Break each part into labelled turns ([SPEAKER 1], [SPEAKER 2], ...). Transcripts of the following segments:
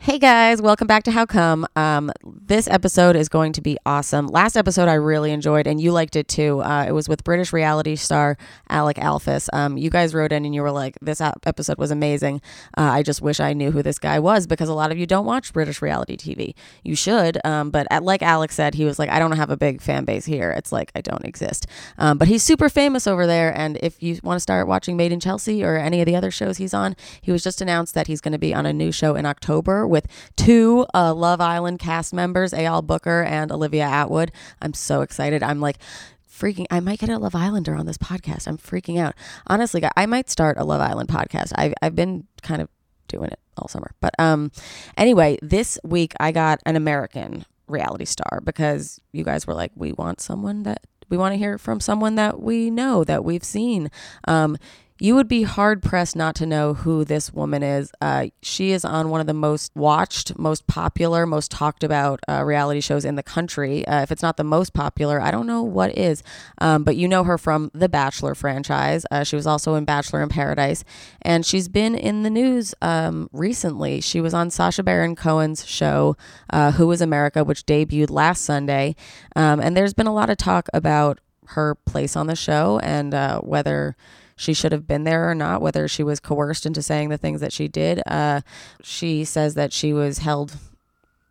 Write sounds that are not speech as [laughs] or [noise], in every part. [SPEAKER 1] Hey guys, welcome back to How Come. Um, this episode is going to be awesome. Last episode I really enjoyed, and you liked it too. Uh, it was with British reality star Alec Alphys. Um, you guys wrote in and you were like, "This ep- episode was amazing. Uh, I just wish I knew who this guy was because a lot of you don't watch British reality TV. You should, um, but at, like Alec said, he was like, "I don't have a big fan base here. It's like I don't exist." Um, but he's super famous over there, and if you want to start watching Made in Chelsea or any of the other shows he's on, he was just announced that he's going to be on a new show in October with two uh, Love Island cast members, Al Booker and Olivia Atwood. I'm so excited. I'm like freaking. I might get a Love Islander on this podcast. I'm freaking out. Honestly, I might start a Love Island podcast. I've I've been kind of doing it all summer, but um, anyway, this week I got an American reality star because you guys were like, we want someone that. We want to hear from someone that we know, that we've seen. Um, you would be hard pressed not to know who this woman is. Uh, she is on one of the most watched, most popular, most talked about uh, reality shows in the country. Uh, if it's not the most popular, I don't know what is. Um, but you know her from the Bachelor franchise. Uh, she was also in Bachelor in Paradise, and she's been in the news um, recently. She was on Sasha Baron Cohen's show, uh, Who Is America, which debuted last Sunday. Um, and there's been a lot of talk about her place on the show and uh, whether she should have been there or not, whether she was coerced into saying the things that she did. Uh, she says that she was held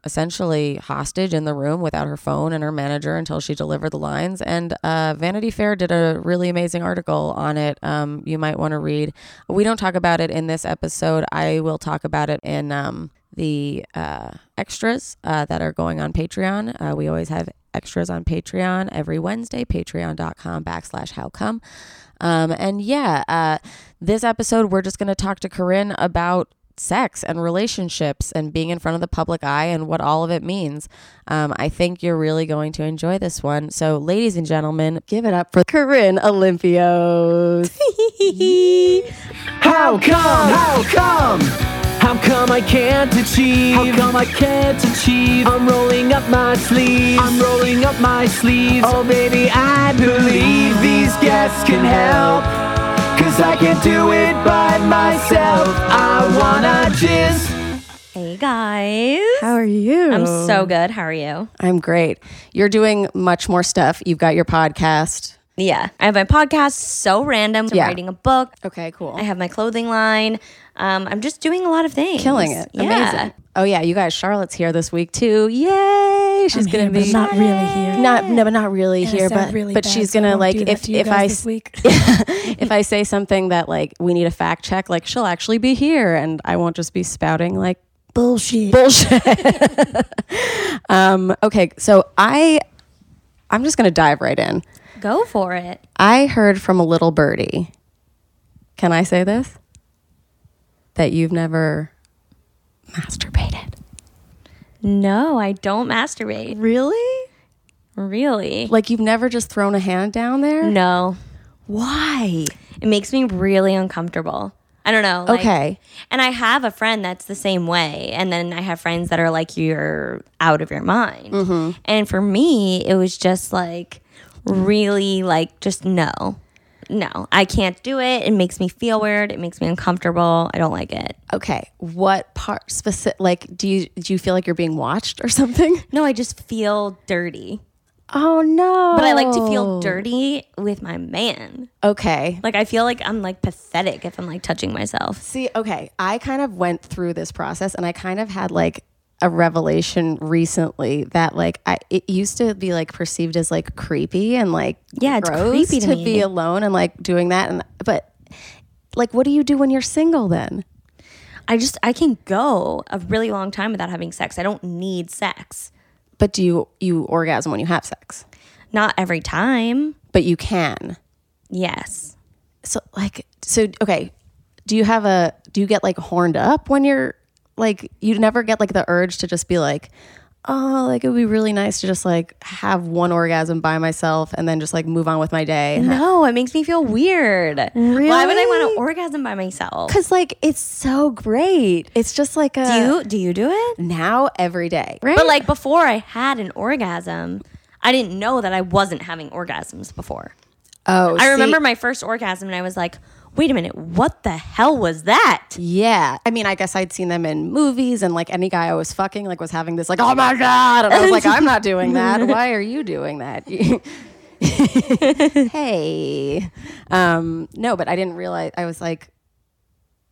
[SPEAKER 1] essentially hostage in the room without her phone and her manager until she delivered the lines. And uh, Vanity Fair did a really amazing article on it. Um, you might want to read. We don't talk about it in this episode. I will talk about it in um, the uh, extras uh, that are going on Patreon. Uh, we always have extras on Patreon every Wednesday, patreon.com backslash how come. Um, and yeah, uh, this episode, we're just going to talk to Corinne about sex and relationships and being in front of the public eye and what all of it means. Um, I think you're really going to enjoy this one. So, ladies and gentlemen, give it up for Corinne Olympios.
[SPEAKER 2] How come? How come? How come I can't achieve? How come I can't achieve? I'm rolling up my sleeves. I'm rolling up my sleeves. Oh baby, I believe these guests can help. Cause I can't do it by myself. I wanna just
[SPEAKER 3] Hey guys.
[SPEAKER 1] How are you?
[SPEAKER 3] I'm so good. How are you?
[SPEAKER 1] I'm great. You're doing much more stuff. You've got your podcast.
[SPEAKER 3] Yeah. I have my podcast, So Random. I'm
[SPEAKER 1] Yeah.
[SPEAKER 3] writing a book.
[SPEAKER 1] Okay, cool.
[SPEAKER 3] I have my clothing line. Um, I'm just doing a lot of things.
[SPEAKER 1] Killing it.
[SPEAKER 3] Yeah.
[SPEAKER 1] Amazing. Oh yeah, you guys, Charlotte's here this week too. Yay! She's gonna be
[SPEAKER 4] not really here.
[SPEAKER 1] not no, but not really
[SPEAKER 4] I
[SPEAKER 1] here,
[SPEAKER 4] sound
[SPEAKER 1] but
[SPEAKER 4] really
[SPEAKER 1] but
[SPEAKER 4] bad,
[SPEAKER 1] she's
[SPEAKER 4] so I
[SPEAKER 1] gonna
[SPEAKER 4] won't
[SPEAKER 1] like
[SPEAKER 4] do that
[SPEAKER 1] if
[SPEAKER 4] to you
[SPEAKER 1] if
[SPEAKER 4] guys
[SPEAKER 1] I
[SPEAKER 4] this
[SPEAKER 1] s-
[SPEAKER 4] [laughs] week.
[SPEAKER 1] if I say something that like we need a fact check, like she'll actually be here, and I won't just be spouting like [laughs]
[SPEAKER 4] bullshit.
[SPEAKER 1] bullshit. [laughs] um, okay, so I I'm just gonna dive right in.
[SPEAKER 3] Go for it.
[SPEAKER 1] I heard from a little birdie. Can I say this? That you've never masturbated.
[SPEAKER 3] No, I don't masturbate.
[SPEAKER 1] Really?
[SPEAKER 3] Really?
[SPEAKER 1] Like you've never just thrown a hand down there?
[SPEAKER 3] No.
[SPEAKER 1] Why?
[SPEAKER 3] It makes me really uncomfortable. I don't know. like-
[SPEAKER 1] Okay.
[SPEAKER 3] And I have a friend that's the same way. And then I have friends that are like, you're out of your mind. And for me, it was just like, really, like, just no. No, I can't do it. It makes me feel weird. It makes me uncomfortable. I don't like it.
[SPEAKER 1] Okay. What part specific like do you do you feel like you're being watched or [laughs] something?
[SPEAKER 3] No, I just feel dirty.
[SPEAKER 1] Oh no.
[SPEAKER 3] But I like to
[SPEAKER 1] Oh.
[SPEAKER 3] feel dirty with my man.
[SPEAKER 1] Okay.
[SPEAKER 3] Like, I feel like I'm like pathetic if I'm like touching myself.
[SPEAKER 1] See, okay, I kind of went through this process and I kind of had like a revelation recently that like I it used to be like perceived as like creepy and like
[SPEAKER 3] Yeah, it's
[SPEAKER 1] gross
[SPEAKER 3] creepy to me.
[SPEAKER 1] be alone and like doing that and but like what do you do when you're single then?
[SPEAKER 3] I just, I can go a really long time without having sex. I don't need sex.
[SPEAKER 1] But do you you orgasm when you have sex?
[SPEAKER 3] Not every time.
[SPEAKER 1] But you can.
[SPEAKER 3] Yes.
[SPEAKER 1] So like so okay, do you have a do you get like horned up when you're like you never get like the urge to just be like oh like it would be really nice to just like have one orgasm by myself and then just like move on with my day and
[SPEAKER 3] No, it makes me feel weird. Why would I want
[SPEAKER 1] Really?
[SPEAKER 3] to orgasm by myself?
[SPEAKER 1] cuz like it's so great. It's just like a
[SPEAKER 3] Do you do you do it?
[SPEAKER 1] now every day. Right?
[SPEAKER 3] But like before I had an orgasm, I didn't know that I wasn't having orgasms before.
[SPEAKER 1] oh,
[SPEAKER 3] I
[SPEAKER 1] see-
[SPEAKER 3] remember my first orgasm and I was like, wait a minute, what the hell was that?
[SPEAKER 1] Yeah. I mean, I guess I'd seen them in movies and like any guy I was fucking like was having this like, oh my God. And I was like, I'm not doing that. Why are you doing that? [laughs] hey. Um, no, but I didn't realize I was like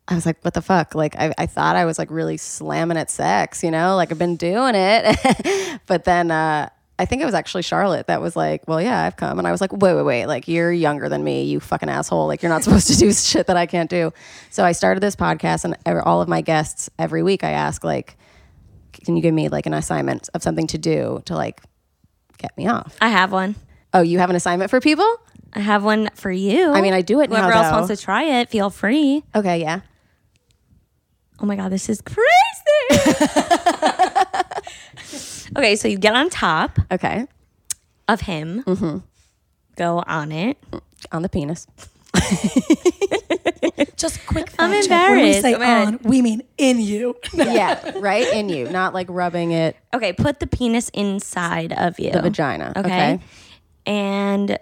[SPEAKER 1] I was like, what the fuck? Like I, I thought I was like really slamming at sex, you know, like I've been doing it. [laughs] but then uh I think it was actually Charlotte that was like, "Well, yeah, I've come," and I was like, "Wait, wait, wait! Like you're younger than me, you fucking asshole! Like you're not supposed to [laughs] do shit that I can't do." So I started this podcast, and ev- all of my guests every week I ask, like, "Can you give me like an assignment of something to do to like get me off?"
[SPEAKER 3] I have one.
[SPEAKER 1] Oh, you have an assignment for people?
[SPEAKER 3] I have one for you.
[SPEAKER 1] I mean, I do it now,
[SPEAKER 3] Whoever else
[SPEAKER 1] though.
[SPEAKER 3] wants to try it, feel free.
[SPEAKER 1] Okay, yeah.
[SPEAKER 3] Oh my God, this is [laughs] crazy. okay, so you get on top
[SPEAKER 1] Okay,
[SPEAKER 3] of him, go on it.
[SPEAKER 1] on the penis.
[SPEAKER 4] Just quick.
[SPEAKER 3] I'm
[SPEAKER 4] fact check. When we
[SPEAKER 3] embarrassed.
[SPEAKER 4] say
[SPEAKER 3] Oh my God.
[SPEAKER 4] on, we mean in you.
[SPEAKER 1] yeah, right in you, not like rubbing it
[SPEAKER 3] Okay, put the penis inside of you.
[SPEAKER 1] the vagina.
[SPEAKER 3] Okay.
[SPEAKER 1] Okay.
[SPEAKER 3] And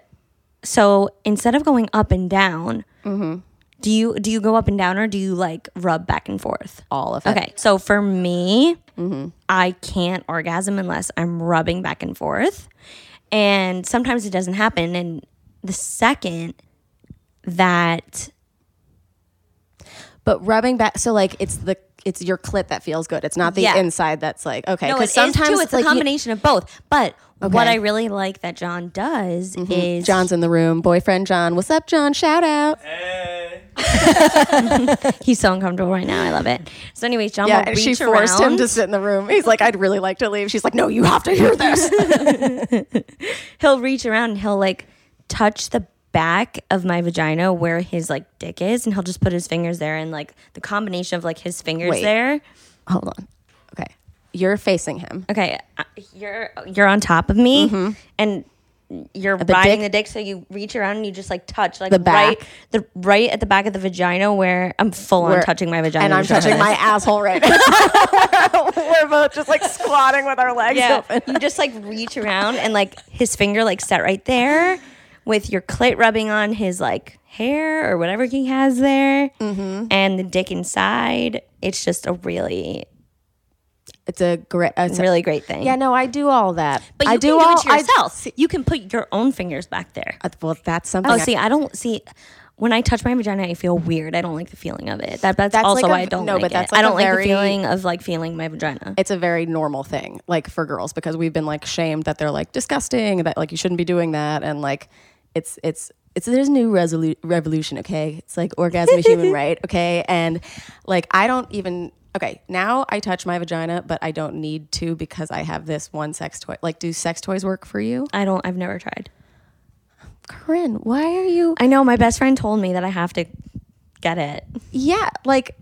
[SPEAKER 3] so instead of going up and down,
[SPEAKER 1] Mm-hmm.
[SPEAKER 3] do you do you go up and down or do you like rub back and forth?
[SPEAKER 1] all of it. Mm-hmm.
[SPEAKER 3] Okay, so for me, I can't orgasm unless I'm rubbing back and forth. And sometimes it doesn't happen. And the second that,
[SPEAKER 1] But rubbing back, so like it's the it's your clit that feels good. It's not the
[SPEAKER 3] Yeah.
[SPEAKER 1] inside that's like okay.
[SPEAKER 3] no, it
[SPEAKER 1] Because
[SPEAKER 3] is
[SPEAKER 1] sometimes
[SPEAKER 3] too, it's
[SPEAKER 1] like
[SPEAKER 3] a
[SPEAKER 1] you-
[SPEAKER 3] combination of both. But what
[SPEAKER 1] Okay. Mm-hmm.
[SPEAKER 3] I really like that John does is
[SPEAKER 1] John's in the room. Boyfriend John, what's up, John? Shout out.
[SPEAKER 3] he's so uncomfortable right now. I love it. So, anyways, John
[SPEAKER 1] Yeah,
[SPEAKER 3] will
[SPEAKER 1] and
[SPEAKER 3] reach
[SPEAKER 1] she forced
[SPEAKER 3] around.
[SPEAKER 1] him to sit in the room. He's like, I'd really like to leave. She's like, No, you have to hear
[SPEAKER 3] [laughs]
[SPEAKER 1] this.
[SPEAKER 3] he'll reach around and he'll like touch the back of my vagina where his like dick is and he'll just put his fingers there and like the combination of like his fingers
[SPEAKER 1] Wait.
[SPEAKER 3] there
[SPEAKER 1] Hold on. Okay, you're facing him.
[SPEAKER 3] okay uh, you're you're on top of me and you're
[SPEAKER 1] Mm-hmm. the
[SPEAKER 3] riding
[SPEAKER 1] dick?
[SPEAKER 3] the dick so you reach around and you just like touch like
[SPEAKER 1] The back?
[SPEAKER 3] right the right at the back of the vagina where i'm full
[SPEAKER 1] We're-
[SPEAKER 3] on touching my vagina
[SPEAKER 1] and I'm
[SPEAKER 3] John. [laughs]
[SPEAKER 1] touching my asshole right now. [laughs] We're both just like squatting with our legs
[SPEAKER 3] [laughs] yeah
[SPEAKER 1] open.
[SPEAKER 3] you just like reach around and like his finger like set right there with your clit rubbing on his like hair or whatever he has there
[SPEAKER 1] Mm-hmm.
[SPEAKER 3] and the dick inside it's just a really
[SPEAKER 1] It's a great. It's a,
[SPEAKER 3] really great thing
[SPEAKER 1] yeah, no, I do all that.
[SPEAKER 3] but you
[SPEAKER 1] I
[SPEAKER 3] can
[SPEAKER 1] do,
[SPEAKER 3] do,
[SPEAKER 1] all
[SPEAKER 3] it to
[SPEAKER 1] I-
[SPEAKER 3] yourself you can put your own fingers back there
[SPEAKER 1] Uh, well, that's something.
[SPEAKER 3] oh
[SPEAKER 1] I-
[SPEAKER 3] see i don't see when I touch my vagina, I feel weird. I don't like the feeling of it. That, that's,
[SPEAKER 1] That's
[SPEAKER 3] also
[SPEAKER 1] like a-
[SPEAKER 3] why I don't
[SPEAKER 1] no,
[SPEAKER 3] like
[SPEAKER 1] but that's
[SPEAKER 3] it.
[SPEAKER 1] like
[SPEAKER 3] I
[SPEAKER 1] a
[SPEAKER 3] don't like
[SPEAKER 1] very-
[SPEAKER 3] the feeling of like feeling my vagina.
[SPEAKER 1] it's a very normal thing like for girls because we've been like shamed that they're like disgusting that like you shouldn't be doing that and like it's it's it's there's new resolu- revolution okay it's like orgasm a [laughs] human right okay and like i don't even okay now i touch my vagina but i don't need to because i have this one sex toy like do sex toys work for you
[SPEAKER 3] I don't. I've never tried.
[SPEAKER 1] corinne why are you
[SPEAKER 3] I know my best friend told me that I have to get it.
[SPEAKER 1] yeah like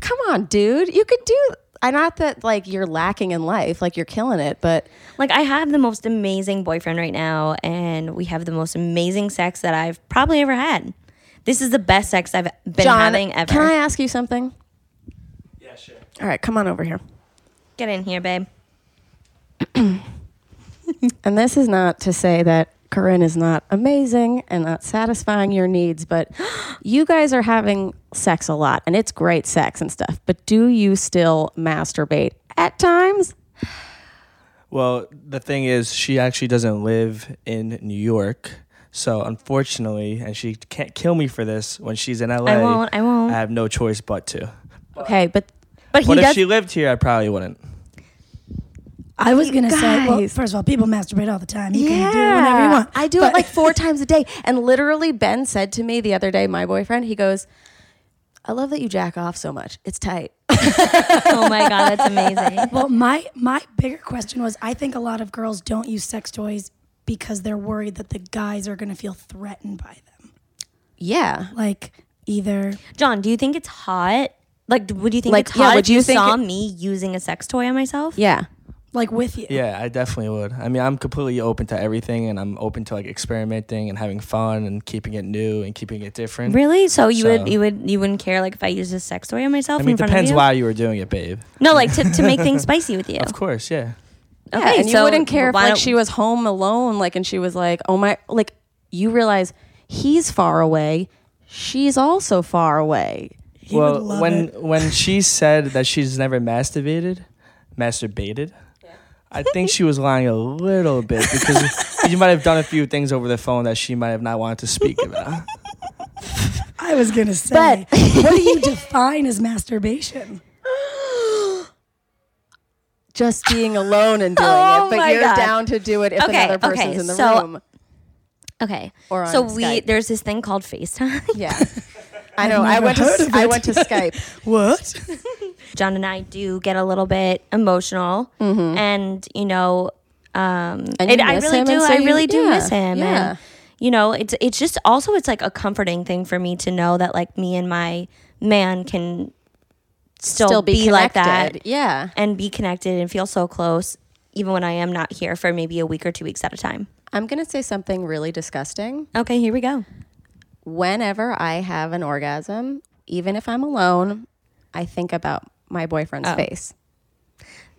[SPEAKER 1] come on dude you could do i not that like you're lacking in life like you're killing it but
[SPEAKER 3] Like I have the most amazing boyfriend right now and we have the most amazing sex that I've probably ever had. This is the best sex I've been
[SPEAKER 1] john
[SPEAKER 3] having ever.
[SPEAKER 1] can i ask you something
[SPEAKER 2] Yeah, sure.
[SPEAKER 1] all right come on over here
[SPEAKER 3] [laughs] Get in here, babe.
[SPEAKER 1] And this is not to say that Corinne is not amazing and not satisfying your needs, but [gasps] you guys are having sex a lot and it's great sex and stuff. But do you still masturbate at times?
[SPEAKER 5] Well, the thing is, she actually doesn't live in New York. So unfortunately, and she can't kill me for this when she's in LA.
[SPEAKER 3] I won't, I won't.
[SPEAKER 5] I have no choice but to.
[SPEAKER 1] Okay, but
[SPEAKER 3] But he
[SPEAKER 5] But if
[SPEAKER 3] does
[SPEAKER 5] she lived here, I probably wouldn't.
[SPEAKER 4] [laughs] I was gonna say, well,
[SPEAKER 1] Guys.
[SPEAKER 4] first of all, people masturbate all the time. You can do it whenever you want.
[SPEAKER 1] I do it
[SPEAKER 4] But-
[SPEAKER 1] like four times a day. And literally, Ben said to me the other day, my boyfriend, he goes, I love that you jack off so much. It's tight. [laughs]
[SPEAKER 3] Oh my god, that's amazing.
[SPEAKER 4] [laughs] Well, my my bigger question was, I think a lot of girls don't use sex toys because they're worried that the guys are gonna feel threatened by them.
[SPEAKER 1] Yeah.
[SPEAKER 4] Like either
[SPEAKER 3] John, do you think it's hot? Like d- would you think
[SPEAKER 1] Like,
[SPEAKER 3] it's
[SPEAKER 1] yeah,
[SPEAKER 3] hot
[SPEAKER 1] would
[SPEAKER 3] if
[SPEAKER 1] you
[SPEAKER 3] you
[SPEAKER 1] think
[SPEAKER 3] saw
[SPEAKER 1] it-
[SPEAKER 3] me using a sex toy on myself?
[SPEAKER 1] Yeah.
[SPEAKER 4] like with you.
[SPEAKER 5] Yeah, I definitely would. I mean, I'm completely open to everything, and I'm open to like experimenting and having fun and keeping it new and keeping it different.
[SPEAKER 3] Really? So you
[SPEAKER 5] So-
[SPEAKER 3] would you would you wouldn't care like if I used a sex toy on myself
[SPEAKER 5] I mean,
[SPEAKER 3] in
[SPEAKER 5] it
[SPEAKER 3] front
[SPEAKER 5] depends
[SPEAKER 3] of you? Oh.
[SPEAKER 5] why you were doing it, babe.
[SPEAKER 3] No, like to, to make
[SPEAKER 5] [laughs]
[SPEAKER 3] things spicy with you.
[SPEAKER 5] Of course, yeah.
[SPEAKER 1] Yeah, and you
[SPEAKER 3] so
[SPEAKER 1] wouldn't care if
[SPEAKER 3] why
[SPEAKER 1] like
[SPEAKER 3] don't-
[SPEAKER 1] she was home alone, like, and she was like, "Oh my!" Like, you realize he's far away, she's also far away.
[SPEAKER 4] He would love
[SPEAKER 5] when
[SPEAKER 4] it.
[SPEAKER 5] [laughs] when she said that she's never masturbated, masturbated, I think she was lying a little bit because you might have done a few things over the phone that she might have not wanted to speak [laughs] about.
[SPEAKER 4] I was gonna say, what do [laughs] you define as masturbation?
[SPEAKER 1] Just being alone and doing
[SPEAKER 3] Oh
[SPEAKER 1] it, but
[SPEAKER 3] my
[SPEAKER 1] you're
[SPEAKER 3] God.
[SPEAKER 1] down to do it if
[SPEAKER 3] Okay,
[SPEAKER 1] another person's
[SPEAKER 3] okay,
[SPEAKER 1] in the
[SPEAKER 3] so-
[SPEAKER 1] room.
[SPEAKER 3] Okay.
[SPEAKER 1] Or
[SPEAKER 3] so
[SPEAKER 1] on
[SPEAKER 3] we
[SPEAKER 1] Skype.
[SPEAKER 3] there's this thing called FaceTime. [laughs]
[SPEAKER 1] Yeah. I know. I
[SPEAKER 4] never
[SPEAKER 1] went to
[SPEAKER 4] heard
[SPEAKER 1] s-
[SPEAKER 4] of
[SPEAKER 1] I
[SPEAKER 4] it.
[SPEAKER 1] went
[SPEAKER 4] [laughs]
[SPEAKER 1] to Skype.
[SPEAKER 4] What?
[SPEAKER 3] John and I do get a little bit emotional, and you know, um,
[SPEAKER 1] Mm-hmm. And you
[SPEAKER 3] I
[SPEAKER 1] miss
[SPEAKER 3] really
[SPEAKER 1] him,
[SPEAKER 3] do.
[SPEAKER 1] and so
[SPEAKER 3] I
[SPEAKER 1] you-
[SPEAKER 3] really do
[SPEAKER 1] yeah,
[SPEAKER 3] miss him.
[SPEAKER 1] yeah.
[SPEAKER 3] And, you know, it's it's just also it's like a comforting thing for me to know that like me and my man can still, be, like that
[SPEAKER 1] connected. Yeah.
[SPEAKER 3] and be connected and feel so close, even when I am not here for maybe a week or two weeks at a time.
[SPEAKER 1] I'm going to say something really disgusting.
[SPEAKER 3] Okay, here we go.
[SPEAKER 1] Whenever I have an orgasm, even if I'm alone, I think about my boyfriend's
[SPEAKER 3] Oh.
[SPEAKER 1] face.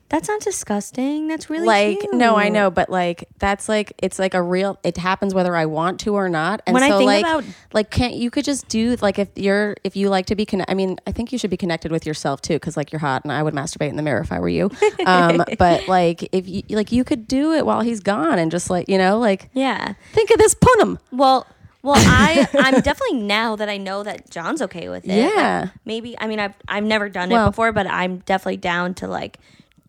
[SPEAKER 3] That's not disgusting. That's really
[SPEAKER 1] Like,
[SPEAKER 3] cute.
[SPEAKER 1] no, I know, but like that's like it's like a real it happens whether I want to or not. And
[SPEAKER 3] When I
[SPEAKER 1] so
[SPEAKER 3] think
[SPEAKER 1] like
[SPEAKER 3] about-
[SPEAKER 1] like can't you could just do like if you're if you like to be connected I mean, I think you should be connected with yourself too cuz like you're hot and I would masturbate in the mirror if I were you.
[SPEAKER 3] [laughs]
[SPEAKER 1] Um but like if you like you could do it while he's gone and just like, you know, like
[SPEAKER 3] Yeah.
[SPEAKER 1] think of this punum.
[SPEAKER 3] Well, well, I
[SPEAKER 1] [laughs]
[SPEAKER 3] I'm definitely now that I know that John's okay with it. like,
[SPEAKER 1] Yeah.
[SPEAKER 3] maybe I mean I've I've never done
[SPEAKER 1] Well-
[SPEAKER 3] it before, but I'm definitely down to like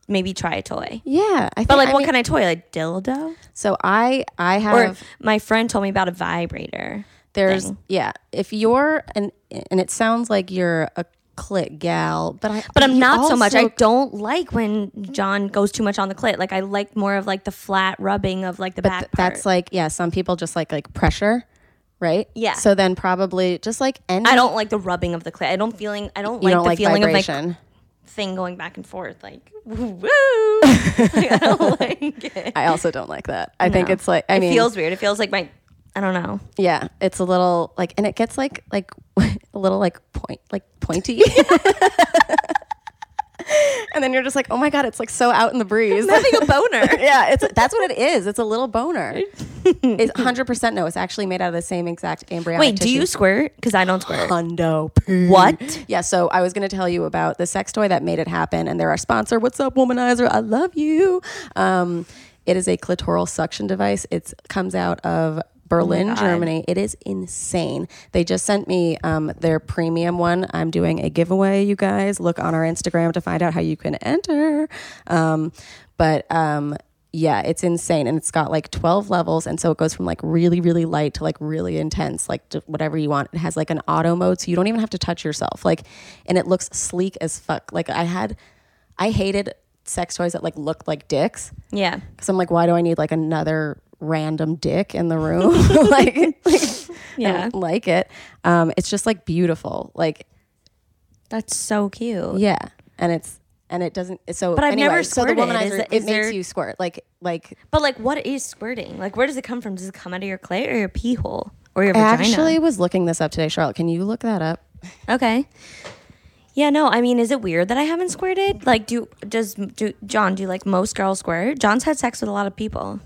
[SPEAKER 3] maybe try a toy.
[SPEAKER 1] Yeah, I think,
[SPEAKER 3] But like,
[SPEAKER 1] I
[SPEAKER 3] what
[SPEAKER 1] mean-
[SPEAKER 3] kind of toy? Like dildo?
[SPEAKER 1] So I I
[SPEAKER 3] Or
[SPEAKER 1] have
[SPEAKER 3] my friend told me about a vibrator.
[SPEAKER 1] there's
[SPEAKER 3] thing.
[SPEAKER 1] yeah. If you're an and it sounds like you're a clit gal, but I
[SPEAKER 3] But I'm
[SPEAKER 1] you
[SPEAKER 3] not so much. I
[SPEAKER 1] also-
[SPEAKER 3] don't like when John goes too much on the clit. Like I like more of like the flat rubbing of like the
[SPEAKER 1] But
[SPEAKER 3] back
[SPEAKER 1] th-
[SPEAKER 3] part.
[SPEAKER 1] that's like yeah. Some people just like like pressure, right?
[SPEAKER 3] Yeah.
[SPEAKER 1] So then probably just like any.
[SPEAKER 3] I don't like the rubbing of the clit. I don't feeling. I don't
[SPEAKER 1] You
[SPEAKER 3] like
[SPEAKER 1] don't
[SPEAKER 3] the
[SPEAKER 1] like
[SPEAKER 3] feeling of
[SPEAKER 1] vibration.
[SPEAKER 3] like thing going back and forth. Like [laughs] woo. Like, I
[SPEAKER 1] [laughs]
[SPEAKER 3] don't like it.
[SPEAKER 1] I also don't like that. I think
[SPEAKER 3] No.
[SPEAKER 1] it's like I
[SPEAKER 3] it
[SPEAKER 1] mean
[SPEAKER 3] feels weird. It feels like my I don't know.
[SPEAKER 1] yeah. It's a little like and it gets like like [laughs] a little like point like
[SPEAKER 3] [laughs]
[SPEAKER 1] pointy. And then you're just like, oh my god, it's like so out in the breeze.
[SPEAKER 3] a boner.
[SPEAKER 1] [laughs] yeah, it's that's what it is. It's a little boner.
[SPEAKER 3] [laughs]
[SPEAKER 1] It's 100 percent no. It's actually made out of the same exact embryonic
[SPEAKER 3] Wait, do
[SPEAKER 1] tissue.
[SPEAKER 3] you squirt? Because I don't squirt.
[SPEAKER 1] Hundo.
[SPEAKER 3] What?
[SPEAKER 1] [laughs] Yeah. So I was going to tell you about the sex toy that made it happen, and they're our sponsor. What's up, Womanizer? I love you. Um, it is a clitoral suction device. It comes out of. Berlin, Germany. It is insane. They just sent me um, their premium one. I'm doing a giveaway, you guys. Look on our Instagram to find out how you can enter. Um, but um, yeah, it's insane. And it's got like 12 levels. And so it goes from like really, really light to like really intense, like to whatever you want. It has like an auto mode. So you don't even have to touch yourself. Like, and it looks sleek as fuck. Like, I had, I hated sex toys that like looked like dicks.
[SPEAKER 3] Yeah.
[SPEAKER 1] Cause I'm like, why do I need like another random dick in the room? [laughs] like,
[SPEAKER 3] Yeah.
[SPEAKER 1] yeah. like it. Um, it's just like beautiful. Like,
[SPEAKER 3] That's so cute.
[SPEAKER 1] yeah. And it's, and it doesn't. So,
[SPEAKER 3] But I've
[SPEAKER 1] anyway,
[SPEAKER 3] never
[SPEAKER 1] so the
[SPEAKER 3] squirted. Is
[SPEAKER 1] womanizer
[SPEAKER 3] it-
[SPEAKER 1] it, makes
[SPEAKER 3] is there-
[SPEAKER 1] you squirt. Like, like
[SPEAKER 3] But like what is squirting? Like where does it come from? Does it come out of your clit or your pee hole? Or your
[SPEAKER 1] I
[SPEAKER 3] vagina?
[SPEAKER 1] actually was looking this up today, Charlotte. Can you look that up?
[SPEAKER 3] Okay. Yeah, no, I mean, is it weird that I haven't squirted? Like do does do John, do like most girls squirt? John's had sex with a lot of people.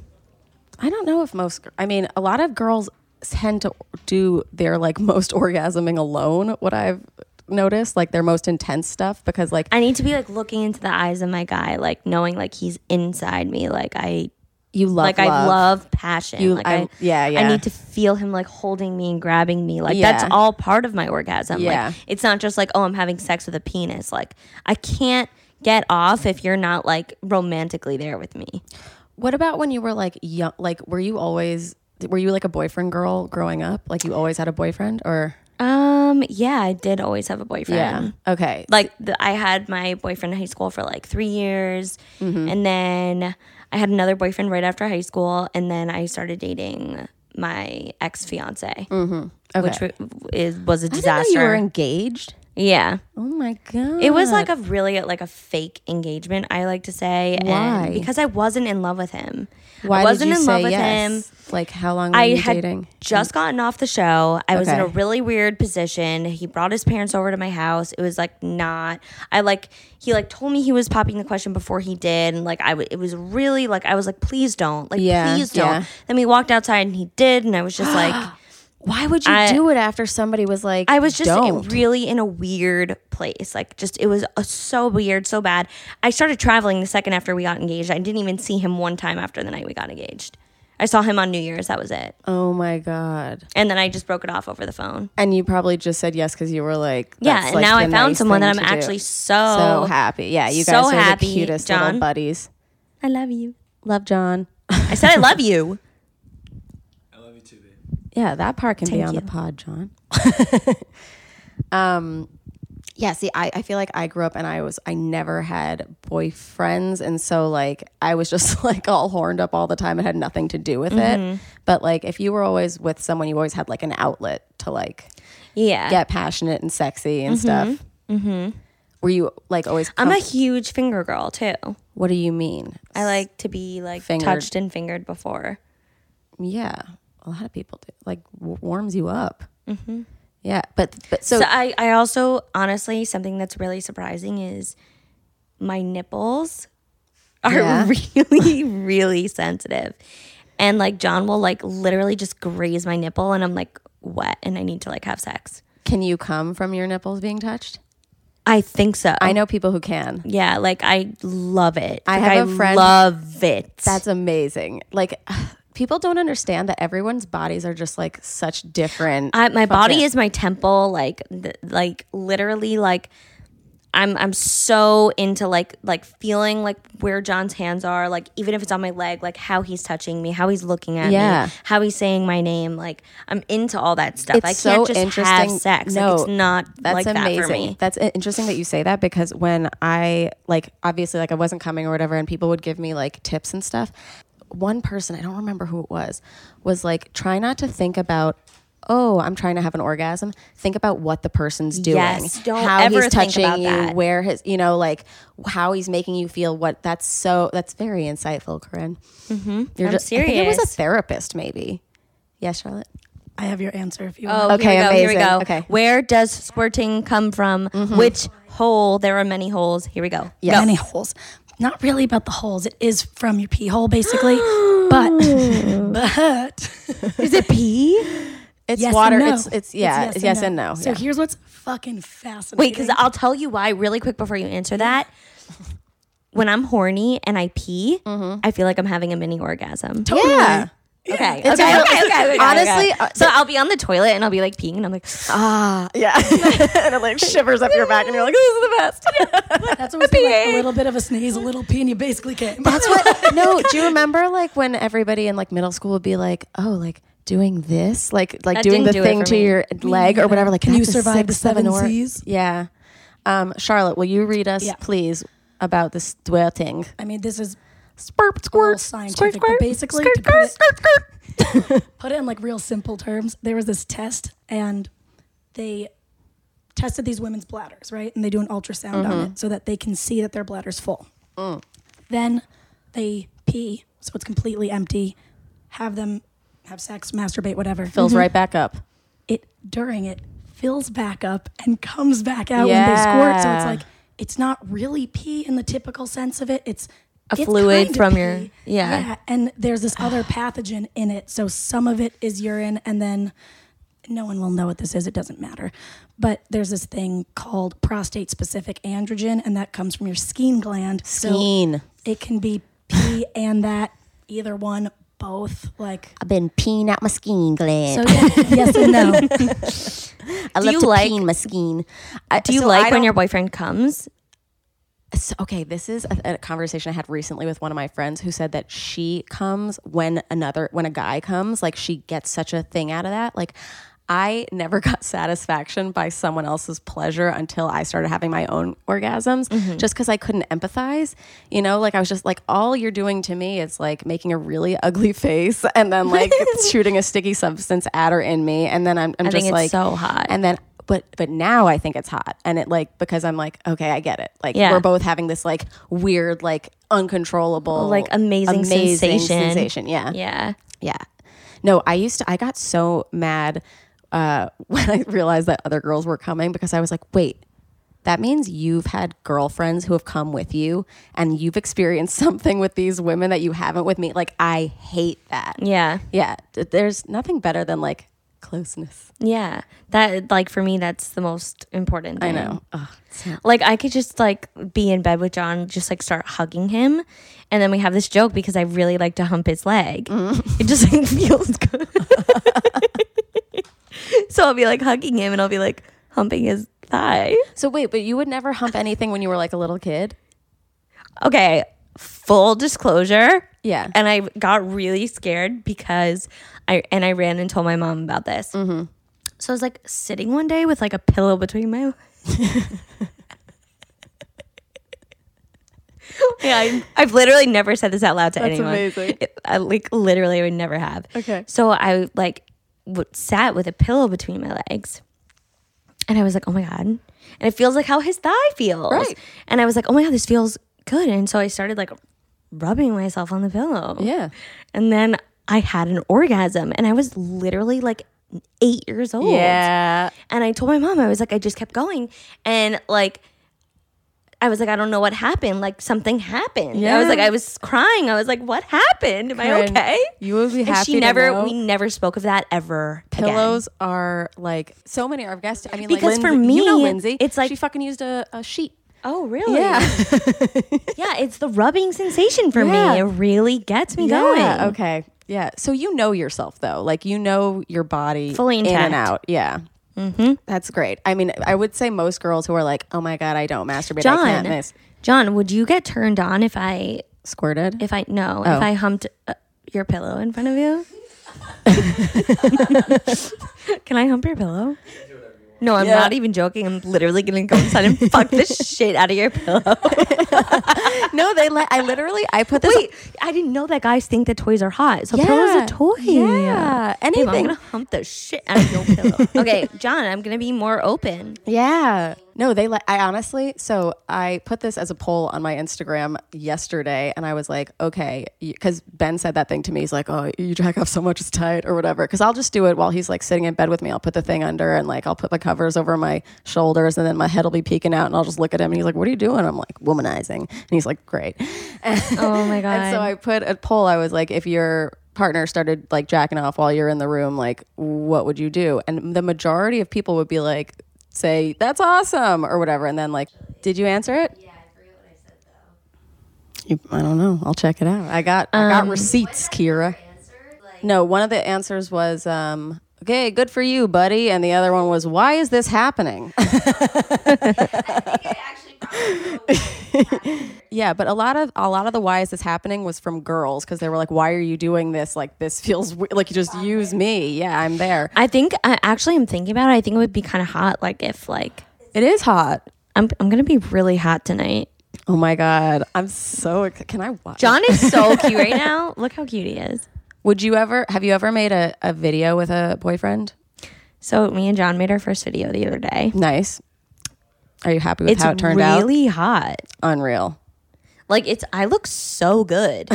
[SPEAKER 1] I don't know if most. gir- I mean, a lot of girls tend to do their like most [laughs] orgasming alone. What I've noticed, like their most intense stuff, because like
[SPEAKER 3] I need to be like looking into the eyes of my guy, like knowing like he's inside me, like I
[SPEAKER 1] you love,
[SPEAKER 3] like I love passion.
[SPEAKER 1] You-
[SPEAKER 3] like
[SPEAKER 1] I-
[SPEAKER 3] I,
[SPEAKER 1] yeah,
[SPEAKER 3] I
[SPEAKER 1] yeah.
[SPEAKER 3] need to feel him like holding me and grabbing me. Like
[SPEAKER 1] Yeah.
[SPEAKER 3] that's all part of my orgasm.
[SPEAKER 1] Yeah.
[SPEAKER 3] Like it's not just like oh I'm having sex with a penis. Like I can't get off if you're not like romantically there with me.
[SPEAKER 1] What about when you were like young? Like, were you always? Were you like a boyfriend girl growing up? Like you always had a boyfriend, or
[SPEAKER 3] Um yeah, I did always have a boyfriend.
[SPEAKER 1] okay,
[SPEAKER 3] Like the, I had my boyfriend in high school for like 3 years
[SPEAKER 1] Mm-hmm.
[SPEAKER 3] and then I had another boyfriend right after high school and then I started dating my ex fiance,
[SPEAKER 1] Mm, okay.
[SPEAKER 3] which w- is was a
[SPEAKER 1] I didn't know
[SPEAKER 3] disaster.
[SPEAKER 1] you were engaged.
[SPEAKER 3] yeah,
[SPEAKER 1] Oh my god!
[SPEAKER 3] It was like a really like a fake engagement, I like to say.
[SPEAKER 1] Why?
[SPEAKER 3] And because I wasn't in love with him.
[SPEAKER 1] Why
[SPEAKER 3] I wasn't
[SPEAKER 1] did you
[SPEAKER 3] in
[SPEAKER 1] say
[SPEAKER 3] love with him.
[SPEAKER 1] yes? Like how long were
[SPEAKER 3] I
[SPEAKER 1] you
[SPEAKER 3] had
[SPEAKER 1] dating?
[SPEAKER 3] just gotten off the show. I was in a
[SPEAKER 1] Okay.
[SPEAKER 3] really weird position. He brought his parents over to my house. It was like not. I like he like told me he was popping the question before he did, and like I w- it was really like I was like please don't like
[SPEAKER 1] Yeah,
[SPEAKER 3] please don't.
[SPEAKER 1] yeah. [gasps]
[SPEAKER 3] Then we walked outside and he did, and I was just like [gasps]
[SPEAKER 1] Why would you
[SPEAKER 3] I-
[SPEAKER 1] do it after somebody was like,
[SPEAKER 3] I was just
[SPEAKER 1] don't.
[SPEAKER 3] really in a weird place. Like, just it was uh, so weird, so bad. I started traveling the second after we got engaged. I didn't even see him one time after the night we got engaged. I saw him on New Year's. That was it.
[SPEAKER 1] oh my God.
[SPEAKER 3] And then I just broke it off over the phone.
[SPEAKER 1] And you probably just said yes because you were like,
[SPEAKER 3] Yeah,
[SPEAKER 1] that's,
[SPEAKER 3] and
[SPEAKER 1] like,
[SPEAKER 3] now
[SPEAKER 1] the
[SPEAKER 3] I found
[SPEAKER 1] nice
[SPEAKER 3] someone
[SPEAKER 1] thing
[SPEAKER 3] that I'm
[SPEAKER 1] to do.
[SPEAKER 3] actually
[SPEAKER 1] so
[SPEAKER 3] so,
[SPEAKER 1] happy. Yeah, you
[SPEAKER 3] so
[SPEAKER 1] guys are
[SPEAKER 3] happy,
[SPEAKER 1] the cutest
[SPEAKER 3] John.
[SPEAKER 1] little buddies.
[SPEAKER 3] I love you.
[SPEAKER 1] Love [laughs] John.
[SPEAKER 3] I said I love you.
[SPEAKER 5] I love you too, babe.
[SPEAKER 1] Yeah, that part can be
[SPEAKER 3] Thank
[SPEAKER 1] on the
[SPEAKER 3] you.
[SPEAKER 1] pod, John. [laughs] um, yeah. See, I, I feel like I grew up and I was I never had boyfriends, and so like I was just [laughs] like all horned up all the time. It had nothing to do with it. But like, if you were always with someone, you always had like an outlet to like
[SPEAKER 3] Yeah.
[SPEAKER 1] get passionate and sexy and stuff. Mm-hmm. Were you like always?
[SPEAKER 3] I'm a
[SPEAKER 1] com-
[SPEAKER 3] huge finger girl too.
[SPEAKER 1] what do you mean?
[SPEAKER 3] I like to be like
[SPEAKER 1] Fingered.
[SPEAKER 3] touched and fingered before.
[SPEAKER 1] yeah, a lot of people do. Like w- warms you up. Mm-hmm. Yeah, but but so,
[SPEAKER 3] So I, I also honestly something that's really surprising is my nipples are
[SPEAKER 1] Yeah.
[SPEAKER 3] [laughs] really really sensitive, and like John will like literally just graze my nipple, and I'm like wet, and I need to like have sex.
[SPEAKER 1] can you come from your nipples being touched?
[SPEAKER 3] I think so.
[SPEAKER 1] I know people who can.
[SPEAKER 3] Yeah, like I love it.
[SPEAKER 1] I
[SPEAKER 3] Like,
[SPEAKER 1] have a friend-
[SPEAKER 3] Love it.
[SPEAKER 1] That's amazing. Like [sighs] people don't understand that everyone's bodies are just like such different.
[SPEAKER 3] I, my body
[SPEAKER 1] fucking-
[SPEAKER 3] is my temple. Like, th- like literally, like I'm I'm so into like like feeling like where John's hands are. Like even if it's on my leg, like how he's touching me, how he's looking at
[SPEAKER 1] Yeah.
[SPEAKER 3] me, how he's saying my name. Like I'm into all that stuff.
[SPEAKER 1] It's
[SPEAKER 3] I
[SPEAKER 1] so
[SPEAKER 3] can't just have
[SPEAKER 1] interesting.
[SPEAKER 3] sex.
[SPEAKER 1] No,
[SPEAKER 3] like, it's not like that for me.
[SPEAKER 1] That's i- interesting that you say that because when I like obviously like I wasn't coming or whatever, and people would give me like tips and stuff. One person I don't remember who it was was like, try not to think about. Oh, I'm trying to have an orgasm. Think about what the person's doing,
[SPEAKER 3] Yes, don't
[SPEAKER 1] how
[SPEAKER 3] ever
[SPEAKER 1] he's
[SPEAKER 3] think
[SPEAKER 1] touching
[SPEAKER 3] about
[SPEAKER 1] you,
[SPEAKER 3] that.
[SPEAKER 1] where his, you know, like how he's making you feel. What that's so that's very insightful, Corinne. Mm-hmm. You're
[SPEAKER 3] I'm
[SPEAKER 1] just, I think it was a
[SPEAKER 3] serious.
[SPEAKER 1] therapist, maybe. Yes, Charlotte.
[SPEAKER 4] I have your answer if you
[SPEAKER 3] Oh,
[SPEAKER 4] want.
[SPEAKER 1] Okay,
[SPEAKER 3] here we go, Here we
[SPEAKER 1] amazing.
[SPEAKER 3] go.
[SPEAKER 1] Okay.
[SPEAKER 3] Where does squirting come from? Which hole? There are many holes. Here we go.
[SPEAKER 1] Yes.
[SPEAKER 4] Many holes. Not really about the holes. It is from your pee
[SPEAKER 1] [gasps]
[SPEAKER 4] hole, basically. but, [laughs] but
[SPEAKER 3] Is it pee?
[SPEAKER 1] It's
[SPEAKER 4] yes
[SPEAKER 1] water.
[SPEAKER 4] And no.
[SPEAKER 1] It's it's yeah. It's yes, and no.
[SPEAKER 4] So
[SPEAKER 1] yeah.
[SPEAKER 4] here's what's fucking fascinating.
[SPEAKER 3] Wait, because I'll tell you why really quick before you
[SPEAKER 1] [laughs]
[SPEAKER 3] answer that. When I'm horny and I pee, I feel like I'm having a mini orgasm.
[SPEAKER 1] Mm-hmm. yeah.
[SPEAKER 3] Okay.
[SPEAKER 1] It's
[SPEAKER 3] okay,
[SPEAKER 1] a real-
[SPEAKER 3] okay, okay, okay, okay.
[SPEAKER 1] honestly, uh,
[SPEAKER 3] so I'll be on the toilet and I'll be like peeing and I'm like, "Oh,
[SPEAKER 1] Yeah. and it like shivers up your back and you're like, this is the [laughs] best.
[SPEAKER 4] That's always been like
[SPEAKER 1] [laughs]
[SPEAKER 4] a little bit of a sneeze, a little pee, and you basically came.
[SPEAKER 1] That's what no, do you remember like when everybody in like middle school would be like, Oh, like doing this? Like like
[SPEAKER 3] That
[SPEAKER 1] doing
[SPEAKER 3] didn't
[SPEAKER 1] the
[SPEAKER 3] do it
[SPEAKER 1] thing
[SPEAKER 3] for
[SPEAKER 1] to
[SPEAKER 3] me.
[SPEAKER 1] your leg or whatever, like
[SPEAKER 4] Can you
[SPEAKER 1] that's
[SPEAKER 4] survive the
[SPEAKER 1] sixth, seventh
[SPEAKER 4] seven
[SPEAKER 1] or-
[SPEAKER 4] Cs?
[SPEAKER 1] Yeah. Um, Charlotte, will you read us,
[SPEAKER 4] Yeah.
[SPEAKER 1] please, about this squirting?
[SPEAKER 4] I mean, this is
[SPEAKER 1] Spurp,
[SPEAKER 4] all
[SPEAKER 1] squirt,
[SPEAKER 4] scientific, but basically,
[SPEAKER 1] squirt,
[SPEAKER 4] to put it,
[SPEAKER 1] squirt, squirt.
[SPEAKER 4] put it in like real simple terms, there was this test and they tested these women's bladders, right? And they do an ultrasound on it so that they can see that their bladder's full. Then they pee, so it's completely empty, have them have sex, masturbate, whatever.
[SPEAKER 1] Fills right back up.
[SPEAKER 4] It during it fills back up and comes back out when they squirt. So
[SPEAKER 1] Yeah.
[SPEAKER 4] it's like it's not really pee in the typical sense of it. It's
[SPEAKER 3] A
[SPEAKER 4] it's
[SPEAKER 3] fluid
[SPEAKER 4] kinda
[SPEAKER 3] from your-
[SPEAKER 4] pee.
[SPEAKER 3] yeah.
[SPEAKER 4] Yeah. And there's this
[SPEAKER 3] [sighs]
[SPEAKER 4] other pathogen in it. So some of it is urine and then no one will know what this is. It doesn't matter. But there's this thing called prostate specific androgen, and that comes from your skein gland.
[SPEAKER 1] Skein.
[SPEAKER 4] So it can be pee and that, either one, both. Like,
[SPEAKER 1] I've been peeing out my skein gland.
[SPEAKER 4] so
[SPEAKER 1] [laughs]
[SPEAKER 4] yeah, yes
[SPEAKER 3] [laughs]
[SPEAKER 4] and no.
[SPEAKER 1] I
[SPEAKER 3] love you to like- peen
[SPEAKER 1] my skein.
[SPEAKER 3] do you like when your boyfriend comes?
[SPEAKER 1] So, okay, this is a, a conversation I had recently with one of my friends who said that she comes when another when a guy comes, like she gets such a thing out of that. Like I never [laughs] got satisfaction by someone else's pleasure until I started having my own orgasms
[SPEAKER 3] Mm-hmm.
[SPEAKER 1] just cuz I couldn't empathize. You know, like I was just like all you're doing to me is like making a really [laughs] ugly face and then
[SPEAKER 3] [laughs]
[SPEAKER 1] like shooting a sticky substance at or in me and then I'm, I'm
[SPEAKER 3] I
[SPEAKER 1] just
[SPEAKER 3] think it's
[SPEAKER 1] like
[SPEAKER 3] so hot.
[SPEAKER 1] and then but but now I think it's hot and it like because I'm like okay I get it like
[SPEAKER 3] Yeah.
[SPEAKER 1] we're both having this like weird like uncontrollable
[SPEAKER 3] Like amazing, sensation.
[SPEAKER 1] yeah
[SPEAKER 3] Yeah.
[SPEAKER 1] yeah. No, I used to, I got so mad uh, [laughs] when I realized that other girls were coming because I was like, wait, that means you've had girlfriends who have come with you and you've experienced [laughs] something with these women that you haven't with me. Like, I hate that.
[SPEAKER 3] Yeah.
[SPEAKER 1] Yeah. th- There's nothing better than like closeness.
[SPEAKER 3] Yeah. That like for me that's the most important
[SPEAKER 1] I
[SPEAKER 3] thing.
[SPEAKER 1] know. Ugh, it's not-
[SPEAKER 3] Like I could just like be in bed with John, just like start hugging him, and then we have this joke because I really like to hump his leg. It just like [laughs] feels good. so I'll be like hugging him, and I'll be like humping his thigh.
[SPEAKER 1] So wait, but you would never hump anything when you were like a little kid?
[SPEAKER 3] Okay, full disclosure.
[SPEAKER 1] Yeah.
[SPEAKER 3] And I got really scared because I and I ran and told my mom about this.
[SPEAKER 1] Mm-hmm.
[SPEAKER 3] So I was like sitting one day with like a pillow between my.
[SPEAKER 1] [laughs]
[SPEAKER 3] yeah, I, [laughs] I've literally never said this out loud to
[SPEAKER 1] That's
[SPEAKER 3] anyone.
[SPEAKER 1] amazing.
[SPEAKER 3] It- I like literally would never have.
[SPEAKER 1] Okay.
[SPEAKER 3] So I like w- sat with a pillow between my legs, and I was like, oh my god, and it feels like how his thigh feels.
[SPEAKER 1] Right.
[SPEAKER 3] And I was like, oh my god, this feels good. And so I started like rubbing myself on the pillow.
[SPEAKER 1] Yeah.
[SPEAKER 3] And then I had an orgasm and I was literally like eight years old.
[SPEAKER 1] Yeah.
[SPEAKER 3] And I told my mom, I was like, I just kept going. And like, I was like, I don't know what happened. Like, something happened. I was
[SPEAKER 1] Yeah.
[SPEAKER 3] like, I was crying. I was would like, what happened? Am I
[SPEAKER 1] Karen,
[SPEAKER 3] okay?
[SPEAKER 1] You would be
[SPEAKER 3] And
[SPEAKER 1] happy.
[SPEAKER 3] she
[SPEAKER 1] to
[SPEAKER 3] never,
[SPEAKER 1] know
[SPEAKER 3] we never spoke of that ever. again.
[SPEAKER 1] Pillows are like so many. I've guessed. I mean, like,
[SPEAKER 3] Because for
[SPEAKER 1] Lindsay- you know
[SPEAKER 3] me,
[SPEAKER 1] Lindsay,
[SPEAKER 3] it's like-
[SPEAKER 1] she fucking used a, a sheet.
[SPEAKER 3] Oh, really? [laughs] yeah, it's the rubbing sensation for
[SPEAKER 1] Yeah.
[SPEAKER 3] me. It really gets
[SPEAKER 1] [laughs]
[SPEAKER 3] me
[SPEAKER 1] Yeah,
[SPEAKER 3] going.
[SPEAKER 1] Okay. Yeah. So you know yourself though, like you know your body
[SPEAKER 3] Fully
[SPEAKER 1] in and
[SPEAKER 3] intact.
[SPEAKER 1] out. Yeah. That's great. I mean, I would say most girls who are like, "Oh my god, I don't masturbate. I can't
[SPEAKER 3] John,
[SPEAKER 1] miss."
[SPEAKER 3] John, would you get turned on if I
[SPEAKER 1] Squirted.
[SPEAKER 3] if I no, if I humped uh, your pillow in front of [laughs] you? Can I hump your pillow? No, I'm not even joking. I'm literally gonna go inside and fuck [laughs] the shit out of your pillow.
[SPEAKER 1] [laughs] no, they. Li- I literally, I put this.
[SPEAKER 3] Wait, I didn't know that guys think that toys are hot. So pillow's
[SPEAKER 1] Yeah.
[SPEAKER 3] a toy.
[SPEAKER 1] Yeah.
[SPEAKER 3] Babe, I'm
[SPEAKER 1] Anything.
[SPEAKER 3] gonna hump the shit out of your [laughs] pillow. Okay, John, I'm gonna be more open.
[SPEAKER 1] Yeah. No, they like I honestly, so I put this as a poll on my Instagram yesterday and I was like, okay, cuz Ben said that thing to me. He's like, "Oh, you jack off so much it's tight or whatever." Cuz I'll just do it while he's like sitting in bed with me. I'll put the thing under and like I'll put the covers over my shoulders and then my head'll be peeking out and I'll just look at him and he's like, "What are you doing?" I'm like, "Womanizing." And he's like, "Great."
[SPEAKER 3] Oh my god.
[SPEAKER 1] And so I put a poll. I was like, if your partner started like jacking off while you're in the room, like, what would you do? And the majority of people would be like, say, that's awesome or whatever. And then, like, did you answer it? Yeah, I forget what I said, though. You, I don't know. I'll check it out. I got, I got receipts, Kira. No, one of the answers was, um, okay, good for you, buddy. And the other one was, why is this happening? Yeah, but a lot of a lot of the why is this happening was from girls because they were like, "Why are you doing this? Like this feels we- like you just use me." Yeah, I'm there.
[SPEAKER 3] I think I actually I'm thinking about it. I think it would be kind of hot. Like if like
[SPEAKER 1] It is hot.
[SPEAKER 3] I'm I'm gonna be really hot tonight.
[SPEAKER 1] Oh my god, I'm so. ex- Can I watch?
[SPEAKER 3] John is [laughs] so cute right now. Look how cute he is.
[SPEAKER 1] would you ever have you ever made a, a video with a boyfriend?
[SPEAKER 3] So me and John made our first video the other day.
[SPEAKER 1] Nice. Are you happy with
[SPEAKER 3] It's
[SPEAKER 1] how it turned out?
[SPEAKER 3] really hot.
[SPEAKER 1] Unreal.
[SPEAKER 3] Like it's I look so
[SPEAKER 1] [laughs]
[SPEAKER 3] good.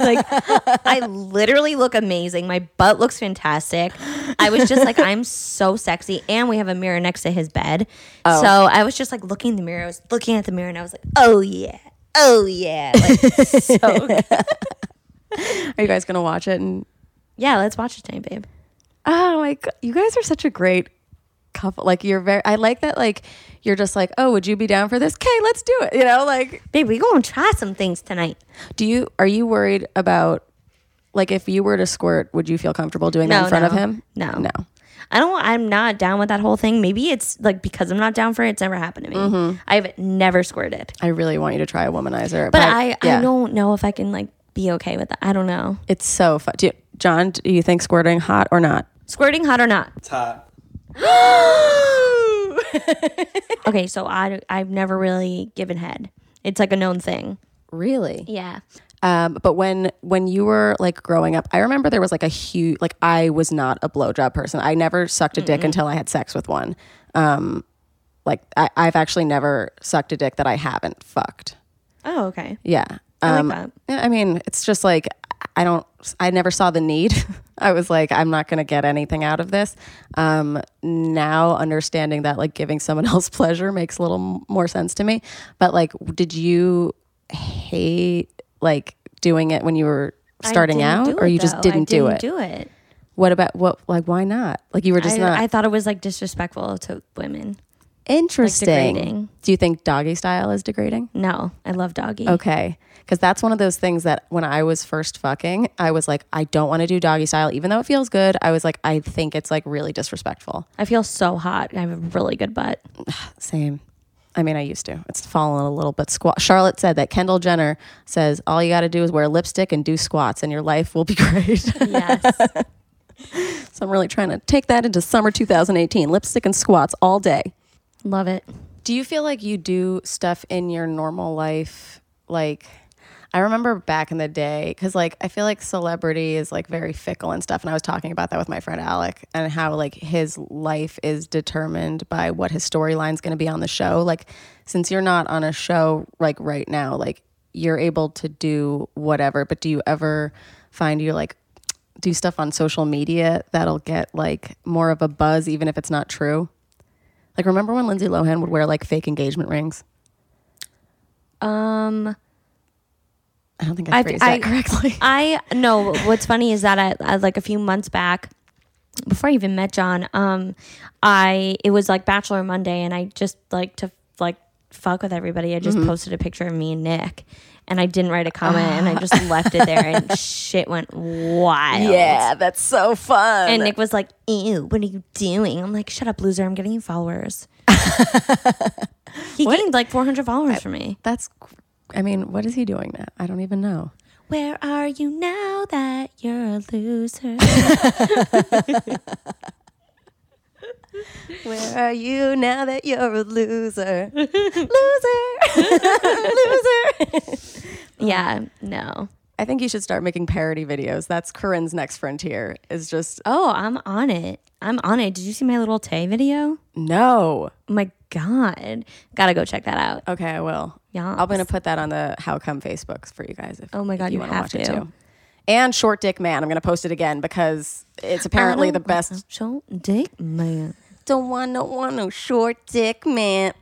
[SPEAKER 3] like I literally look amazing. My butt looks fantastic. I was just like I'm so sexy and we have a mirror next to his bed.
[SPEAKER 1] Oh.
[SPEAKER 3] So I was just like looking in the mirror. I was looking at the mirror and I was like, "Oh yeah. Oh
[SPEAKER 1] [laughs]
[SPEAKER 3] yeah." Like so good.
[SPEAKER 1] Are you guys gonna watch it? And
[SPEAKER 3] Yeah, let's watch it tonight, babe.
[SPEAKER 1] oh my god, you guys are such a great couple. Like you're very. I like that. Like you're just like, oh, would you be down for this? Okay, let's do it. You know, like
[SPEAKER 3] Babe, we gonna try some things tonight.
[SPEAKER 1] Do you are you worried about like if you were to squirt, would you feel comfortable doing that in front of him?
[SPEAKER 3] No.
[SPEAKER 1] No.
[SPEAKER 3] I don't I'm not down with that whole thing. Maybe it's like because I'm not down for it, it's never happened to me.
[SPEAKER 1] Mm-hmm.
[SPEAKER 3] I've never squirted.
[SPEAKER 1] I really want you to try a womanizer.
[SPEAKER 3] But, I,
[SPEAKER 1] yeah.
[SPEAKER 3] I don't know if I can like be okay with that. I don't know.
[SPEAKER 1] it's so fun. Do you, John, do you think squirting hot or not?
[SPEAKER 3] Squirting hot or not.
[SPEAKER 5] It's hot.
[SPEAKER 3] [gasps] Okay, so I I've never really given head. It's like a known thing.
[SPEAKER 1] Really?
[SPEAKER 3] Yeah.
[SPEAKER 1] Um, but when when you were like growing up, I remember there was like a huge like I was not a blowjob person. I never sucked a dick until I had sex with one. Um, like I, I've actually never sucked a dick that I haven't fucked.
[SPEAKER 3] Oh, okay.
[SPEAKER 1] Yeah.
[SPEAKER 3] I like
[SPEAKER 1] Um,
[SPEAKER 3] that.
[SPEAKER 1] yeah, I mean, it's just like I don't. I never saw the need. [laughs] I was like, I'm not going to get anything out of this. Um, now understanding that like giving someone [laughs] else pleasure makes a little m- more sense to me. But like, did you hate like doing it when you were
[SPEAKER 3] I
[SPEAKER 1] starting
[SPEAKER 3] didn't
[SPEAKER 1] out,
[SPEAKER 3] do
[SPEAKER 1] or
[SPEAKER 3] it,
[SPEAKER 1] you just
[SPEAKER 3] though.
[SPEAKER 1] didn't,
[SPEAKER 3] I
[SPEAKER 1] do it?
[SPEAKER 3] Do it.
[SPEAKER 1] What about what? Like, why not? Like, you were just
[SPEAKER 3] I,
[SPEAKER 1] not
[SPEAKER 3] I thought it was like disrespectful to women.
[SPEAKER 1] interesting.
[SPEAKER 3] degrading.
[SPEAKER 1] Do you think doggy style is degrading?
[SPEAKER 3] No, I love doggy.
[SPEAKER 1] Okay. Because that's one of those things that when I was first fucking, I was like, I don't want to do doggy style, even though it feels good. I was like, I think it's like really disrespectful.
[SPEAKER 3] I feel so hot. I have a really good butt.
[SPEAKER 1] Same. I mean, I used to. It's fallen a little bit. Squat. Charlotte said that Kendall Jenner says all you got to do is wear lipstick and do squats, and your life will be [laughs] great. so
[SPEAKER 3] Yes.
[SPEAKER 1] I'm really trying to take that into summer 2018. Lipstick and squats all day.
[SPEAKER 3] [laughs] love it.
[SPEAKER 1] Do you feel like you do stuff in your normal life? Like, I remember back in the day, because like I feel like celebrity is like very fickle and stuff. And I was talking about that with my friend Alec and how like his life is determined by what his storyline's going to be on the show. Like, since you're not on a show like right now, like you're able to do whatever. But do you ever find you like do stuff on social media that'll get like more of a buzz, even if it's not true? Like, remember when Lindsay Lohan would wear like fake engagement rings?
[SPEAKER 3] Um,
[SPEAKER 1] I don't think I
[SPEAKER 3] I-
[SPEAKER 1] phrased
[SPEAKER 3] I-
[SPEAKER 1] that [laughs] correctly.
[SPEAKER 3] [laughs] I no. What's funny is that I, I like a few months back, before I even met John, um, I it was like Bachelor Monday, and I just like to like fuck with everybody. I just posted a picture of me and Nick, and I didn't write a comment, and I [laughs] just left it there, and shit went wild.
[SPEAKER 1] that's so fun.
[SPEAKER 3] And Nick was like, "Ew, what are you doing?" I'm like, "Shut up, loser! I'm getting you [laughs] followers." he gained like 400 followers from me.
[SPEAKER 1] that's, I mean, what is he doing now? I don't even know.
[SPEAKER 3] Where are you now that you're a loser?
[SPEAKER 1] Where are you now that you're a
[SPEAKER 3] [laughs]
[SPEAKER 1] loser? [laughs] loser. loser.
[SPEAKER 3] yeah, no.
[SPEAKER 1] I think you should start making parody videos. That's Corinne's next frontier, is just, uh,
[SPEAKER 3] Oh, I'm on it. I'm on it. Did you see my little Tay video?
[SPEAKER 1] no.
[SPEAKER 3] Oh my god, gotta go check that out.
[SPEAKER 1] Okay, I will.
[SPEAKER 3] Yeah.
[SPEAKER 1] I'm gonna put that on the How Come Facebooks for you guys. If,
[SPEAKER 3] Oh my God,
[SPEAKER 1] if
[SPEAKER 3] you
[SPEAKER 1] wanna
[SPEAKER 3] have
[SPEAKER 1] watch it
[SPEAKER 3] to.
[SPEAKER 1] too. And Short Dick Man. I'm gonna post it again because
[SPEAKER 3] Oh.
[SPEAKER 1] it's apparently the best.
[SPEAKER 3] Short dick man.
[SPEAKER 1] Don't want no one no short dick
[SPEAKER 3] [laughs]
[SPEAKER 1] man.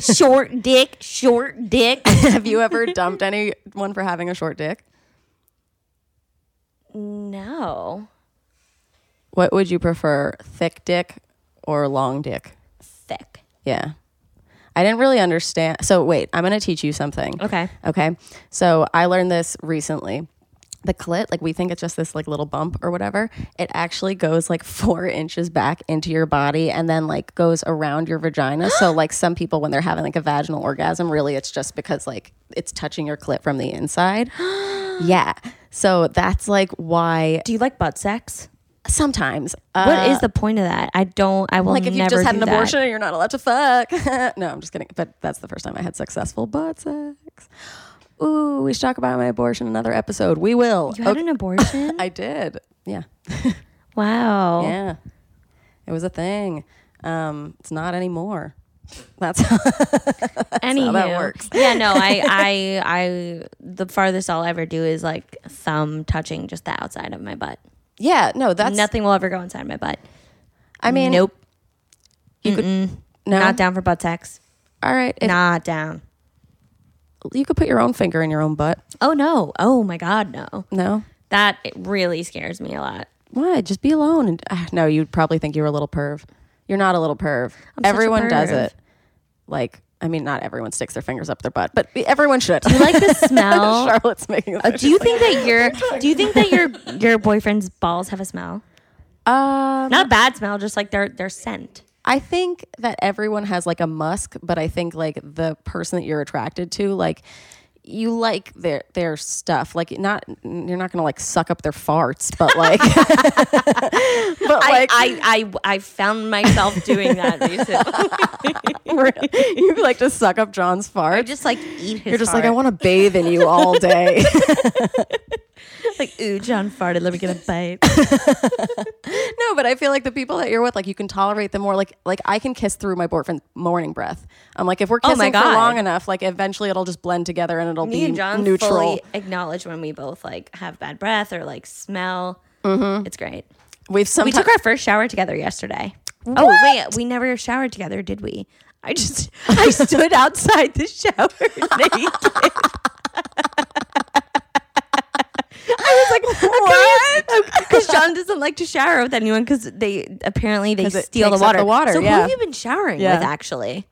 [SPEAKER 3] Short dick. Short dick.
[SPEAKER 1] Have you ever dumped anyone for having a short dick?
[SPEAKER 3] [laughs] no,
[SPEAKER 1] What would you prefer, thick dick or long dick?
[SPEAKER 3] thick.
[SPEAKER 1] Yeah. I didn't really understand. So, wait, I'm going to teach you something.
[SPEAKER 3] Okay.
[SPEAKER 1] Okay. So, I learned this recently. The clit, like we think it's just this like little bump or whatever, it actually goes like [laughs] four inches back into your body and then like goes around your vagina.
[SPEAKER 3] [gasps]
[SPEAKER 1] so, like some people, when they're having like a vaginal orgasm, really it's just because like it's touching your clit from the
[SPEAKER 3] [gasps]
[SPEAKER 1] inside. yeah. So, that's like why
[SPEAKER 3] Do you like butt sex?
[SPEAKER 1] sometimes. Uh,
[SPEAKER 3] What is the point of that? I don't. I will
[SPEAKER 1] like if you
[SPEAKER 3] never
[SPEAKER 1] just had
[SPEAKER 3] do
[SPEAKER 1] an
[SPEAKER 3] that.
[SPEAKER 1] abortion you're not allowed to fuck [laughs] no i'm just kidding but that's the first time i had successful butt sex ooh we should talk about my abortion another episode we will
[SPEAKER 3] You had
[SPEAKER 1] Okay.
[SPEAKER 3] an abortion?
[SPEAKER 1] [laughs] i did yeah
[SPEAKER 3] wow.
[SPEAKER 1] yeah it was a thing um it's not anymore that's
[SPEAKER 3] Anyhow,
[SPEAKER 1] that works.
[SPEAKER 3] [laughs] yeah, no, I, I, I, the farthest I'll ever do is like thumb touching just the outside of my butt.
[SPEAKER 1] [laughs] yeah no that's
[SPEAKER 3] Nothing will ever go inside my butt.
[SPEAKER 1] i mean
[SPEAKER 3] nope,
[SPEAKER 1] you could no
[SPEAKER 3] not down for butt sex.
[SPEAKER 1] all right if-
[SPEAKER 3] not down.
[SPEAKER 1] you could put your own finger in your own butt
[SPEAKER 3] Oh no. Oh my God, no.
[SPEAKER 1] no
[SPEAKER 3] That it really scares me a lot.
[SPEAKER 1] why just be alone and ah, no you'd probably think you were a little perv you're not a little perv
[SPEAKER 3] such a
[SPEAKER 1] everyone does
[SPEAKER 3] perv.
[SPEAKER 1] it like i mean not everyone sticks their fingers up their butt but everyone should [laughs]
[SPEAKER 3] You like [laughs] the smell?
[SPEAKER 1] charlotte's making a
[SPEAKER 3] Do you think [laughs] that your Do you think that your your boyfriend's balls have a smell?
[SPEAKER 1] um,
[SPEAKER 3] Not a bad smell, just like their their scent.
[SPEAKER 1] i think that everyone has like a musk but i think like the person that you're attracted to like you like their their stuff like not you're not gonna like suck up their farts but like [laughs] but like
[SPEAKER 3] I, I I found myself doing [laughs] that recently.
[SPEAKER 1] [laughs] you like to suck up john's farts
[SPEAKER 3] I just like eat his.
[SPEAKER 1] you're just like i
[SPEAKER 3] fart.
[SPEAKER 1] want to bathe in you all day
[SPEAKER 3] like ooh, John farted. Let me get a bite.
[SPEAKER 1] [laughs] No, but I feel like the people that you're with, like you can tolerate them more. Like like I can kiss through my boyfriend's morning breath. I'm like if we're
[SPEAKER 3] Oh
[SPEAKER 1] kissing
[SPEAKER 3] my
[SPEAKER 1] for
[SPEAKER 3] God.
[SPEAKER 1] long enough, like eventually it'll just blend together and it'll
[SPEAKER 3] Me
[SPEAKER 1] be
[SPEAKER 3] and John
[SPEAKER 1] neutral.
[SPEAKER 3] fully acknowledge when we both like have bad breath or like smell.
[SPEAKER 1] Mm-hmm.
[SPEAKER 3] It's great.
[SPEAKER 1] We've
[SPEAKER 3] We
[SPEAKER 1] sometimes
[SPEAKER 3] took our first shower together yesterday. Oh wait, we never showered together, did we? I just
[SPEAKER 1] [laughs]
[SPEAKER 3] I stood outside the [laughs] shower naked. I
[SPEAKER 1] [laughs]
[SPEAKER 3] was
[SPEAKER 1] like, [laughs] what?
[SPEAKER 3] Because John doesn't like to shower with anyone because they apparently they
[SPEAKER 1] 'Cause it
[SPEAKER 3] steal the
[SPEAKER 1] takes up
[SPEAKER 3] water.
[SPEAKER 1] the water,
[SPEAKER 3] So who
[SPEAKER 1] yeah.
[SPEAKER 3] have you been showering
[SPEAKER 1] Yeah.
[SPEAKER 3] with actually?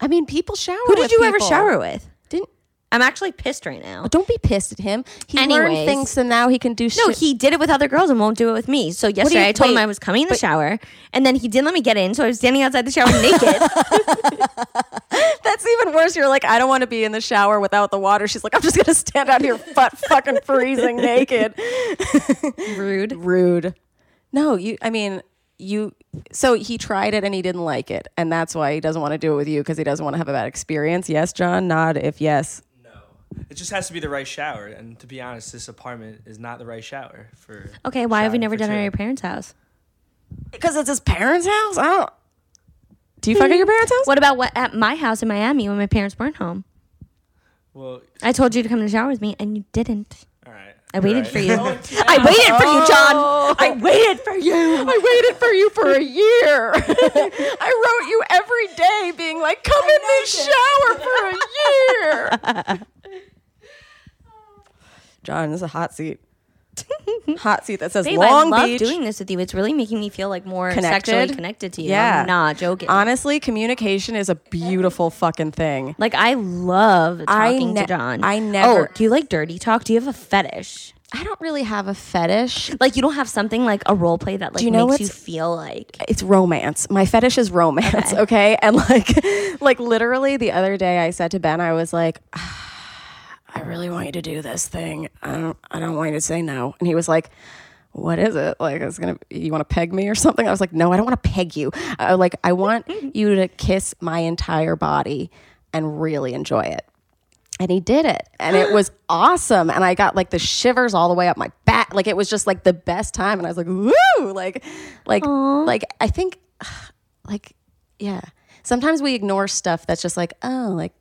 [SPEAKER 1] I mean, people shower.
[SPEAKER 3] Who did
[SPEAKER 1] with
[SPEAKER 3] you ever
[SPEAKER 1] people.
[SPEAKER 3] shower with?
[SPEAKER 1] Didn't
[SPEAKER 3] I'm actually pissed right now.
[SPEAKER 1] don't be pissed at him. He learned
[SPEAKER 3] Anyways.
[SPEAKER 1] things, so now he can do shit.
[SPEAKER 3] No, he did it with other girls and won't do it with me. So
[SPEAKER 1] do
[SPEAKER 3] yesterday
[SPEAKER 1] you-
[SPEAKER 3] I told him
[SPEAKER 1] wait,
[SPEAKER 3] I was coming in the shower and then he didn't let me get in. So I was standing outside the shower [laughs] naked.
[SPEAKER 1] That's even worse. You're like, I don't want to be in the shower without the water. She's like, I'm just gonna stand out here, butt fucking freezing naked. [laughs]
[SPEAKER 3] Rude.
[SPEAKER 1] Rude. No, you. I mean, you. So he tried it and he didn't like it, and that's why he doesn't want to do it with you because he doesn't want to have a bad experience. Yes, John. Nod if yes.
[SPEAKER 5] It just has to be the right shower. And to be honest, this apartment is not the right shower for.
[SPEAKER 3] Okay, why have we
[SPEAKER 5] showering
[SPEAKER 3] never
[SPEAKER 5] for
[SPEAKER 3] done it at
[SPEAKER 5] two.
[SPEAKER 3] your parents' house?
[SPEAKER 1] Because it's his parents' house. I don't. Do you fuck at your parents' house?
[SPEAKER 3] What about what at my house in Miami when my parents weren't home?
[SPEAKER 5] Well,
[SPEAKER 3] I told you to come in the shower with me and you didn't.
[SPEAKER 5] all right. Oh,
[SPEAKER 3] I waited for
[SPEAKER 5] [laughs]
[SPEAKER 3] you. I waited for you, John. I waited for you.
[SPEAKER 1] I waited for you for a year. [laughs] I wrote you every day, being like, "Come in this shower for a year."
[SPEAKER 3] [laughs]
[SPEAKER 1] John, this is a hot seat. Hot seat that says
[SPEAKER 3] Babe,
[SPEAKER 1] Long
[SPEAKER 3] I love
[SPEAKER 1] Beach.
[SPEAKER 3] doing this with you. It's really making me feel like more
[SPEAKER 1] Connected?
[SPEAKER 3] sexually connected to you.
[SPEAKER 1] Yeah.
[SPEAKER 3] I'm not joking.
[SPEAKER 1] Honestly, communication is a beautiful fucking thing.
[SPEAKER 3] like I love
[SPEAKER 1] I
[SPEAKER 3] talking
[SPEAKER 1] ne-
[SPEAKER 3] to John.
[SPEAKER 1] I never-
[SPEAKER 3] Oh, do you like dirty talk? Do you have a fetish?
[SPEAKER 1] I don't really have a fetish.
[SPEAKER 3] Like you don't have something like a role play that like
[SPEAKER 1] Do you know
[SPEAKER 3] makes you
[SPEAKER 1] what's-
[SPEAKER 3] feel like
[SPEAKER 1] it's romance. My fetish is romance, okay? And like [laughs] like literally the other day I said to Ben I was like "Ah, I really want you to do this thing. I don't I don't want you to say no. And he was like what is it? Like it's going to you want to peg me or something? I was like no, I don't want to peg you. I, like I want you to kiss my entire body and really enjoy it. And he did it. And it
[SPEAKER 3] [gasps]
[SPEAKER 1] was awesome. And I got like the shivers all the way up my back. Like it was just like the best time. And I was like, woo! Like, like, like, I think, [sighs] like, yeah. Sometimes we ignore stuff that's just like, oh, like,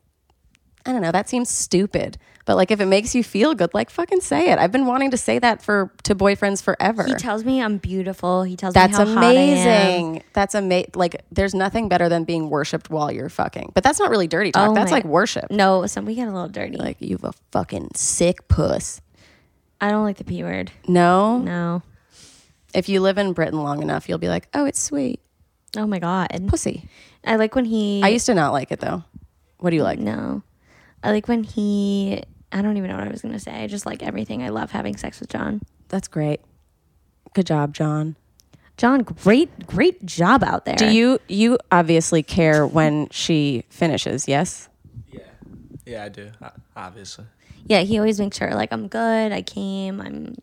[SPEAKER 1] I don't know, that seems stupid. But like, if it makes you feel good, like, fucking say it. I've been wanting to say that for to boyfriends forever.
[SPEAKER 3] he tells me I'm beautiful. He tells
[SPEAKER 1] That's
[SPEAKER 3] me how hot I am.
[SPEAKER 1] amazing. That's amazing. Like, there's nothing better than being worshipped while you're fucking. But that's not really dirty talk.
[SPEAKER 3] Oh
[SPEAKER 1] that's
[SPEAKER 3] my-
[SPEAKER 1] like worship.
[SPEAKER 3] No, some we get a little dirty.
[SPEAKER 1] Like, you've a fucking sick puss.
[SPEAKER 3] I don't like the p word.
[SPEAKER 1] No.
[SPEAKER 3] No.
[SPEAKER 1] If you live in Britain long enough, you'll be like, oh, it's sweet.
[SPEAKER 3] Oh my god.
[SPEAKER 1] Pussy.
[SPEAKER 3] I like when he.
[SPEAKER 1] I used to not like it though. What do you like?
[SPEAKER 3] no. I like when he. I don't even know what I was gonna say. I just like everything. I love having sex with John.
[SPEAKER 1] That's great. Good job, John.
[SPEAKER 3] John, great, great job out there.
[SPEAKER 1] Do you you obviously care when she finishes, yes?
[SPEAKER 5] Yeah. Yeah, I do. o- Obviously.
[SPEAKER 3] Yeah, he always makes sure like I'm good. I came. I'm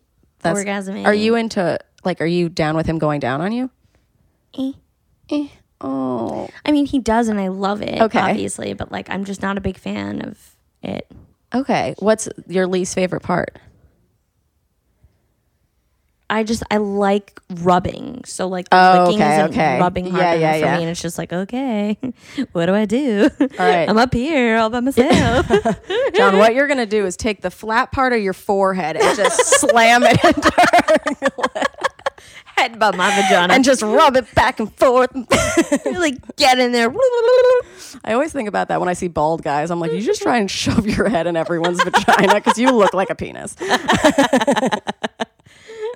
[SPEAKER 3] orgasming.
[SPEAKER 1] Are you into like are you down with him going down on you?
[SPEAKER 3] Eh.
[SPEAKER 1] Eh. Oh.
[SPEAKER 3] I mean, he does, and I love it.
[SPEAKER 1] Okay.
[SPEAKER 3] Obviously, but like, I'm just not a big fan of it.
[SPEAKER 1] Okay. What's your least favorite part?
[SPEAKER 3] I just I like rubbing. So like
[SPEAKER 1] Oh,
[SPEAKER 3] licking
[SPEAKER 1] okay,
[SPEAKER 3] isn't
[SPEAKER 1] okay.
[SPEAKER 3] rubbing hard
[SPEAKER 1] Yeah,
[SPEAKER 3] enough
[SPEAKER 1] yeah,
[SPEAKER 3] for
[SPEAKER 1] yeah.
[SPEAKER 3] me, and it's just like okay, [laughs] what do I do?
[SPEAKER 1] All right.
[SPEAKER 3] I'm up
[SPEAKER 1] [laughs]
[SPEAKER 3] here all by myself.
[SPEAKER 1] John, what you're gonna do is take the flat part of your forehead and just slam [laughs] it into
[SPEAKER 3] Head by my vagina.
[SPEAKER 1] and just rub it back and forth.
[SPEAKER 3] [laughs] like get in there. [laughs]
[SPEAKER 1] I always think about that when I see bald guys. I'm like, you
[SPEAKER 3] [laughs]
[SPEAKER 1] just try and shove your head in everyone's vagina because you look like a penis.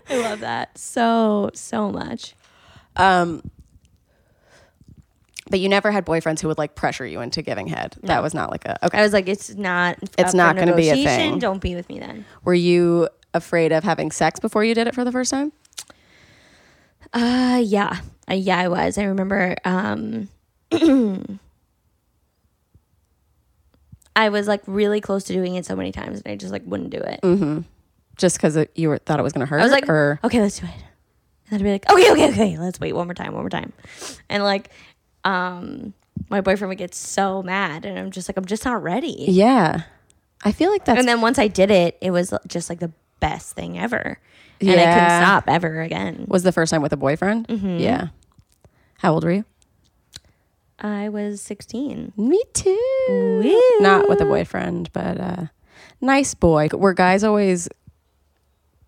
[SPEAKER 3] I love that so so much.
[SPEAKER 1] Um, but you never had boyfriends who would like pressure you into giving head. That was not like a okay.
[SPEAKER 3] I was like, it's not.
[SPEAKER 1] It's
[SPEAKER 3] up for
[SPEAKER 1] not gonna be a
[SPEAKER 3] negotiation.
[SPEAKER 1] thing.
[SPEAKER 3] Don't be with me then.
[SPEAKER 1] Were you afraid of having sex before you did it for the first time?
[SPEAKER 3] Uh, yeah, uh, yeah, I was. I remember. Um, [clears throat] I was like really close to doing it so many times, and I just like wouldn't do it.
[SPEAKER 1] Mm, Just because you were, thought it was going to hurt?
[SPEAKER 3] Mm-hmm. I was like,
[SPEAKER 1] or
[SPEAKER 3] okay, let's do it. And I'd be like, okay, okay, okay, let's wait one more time, one more time. And like, um, my boyfriend would get so mad, and I'm just like, I'm just not ready.
[SPEAKER 1] yeah, I feel like that's
[SPEAKER 3] And then once I did it, it was just like the best thing ever, and I
[SPEAKER 1] Yeah.
[SPEAKER 3] couldn't stop Mm-hmm. ever again.
[SPEAKER 1] was the first time with a boyfriend. Yeah. How old were you?
[SPEAKER 3] I was 16.
[SPEAKER 1] Me too. Not with a boyfriend, but uh, nice boy. Were guys always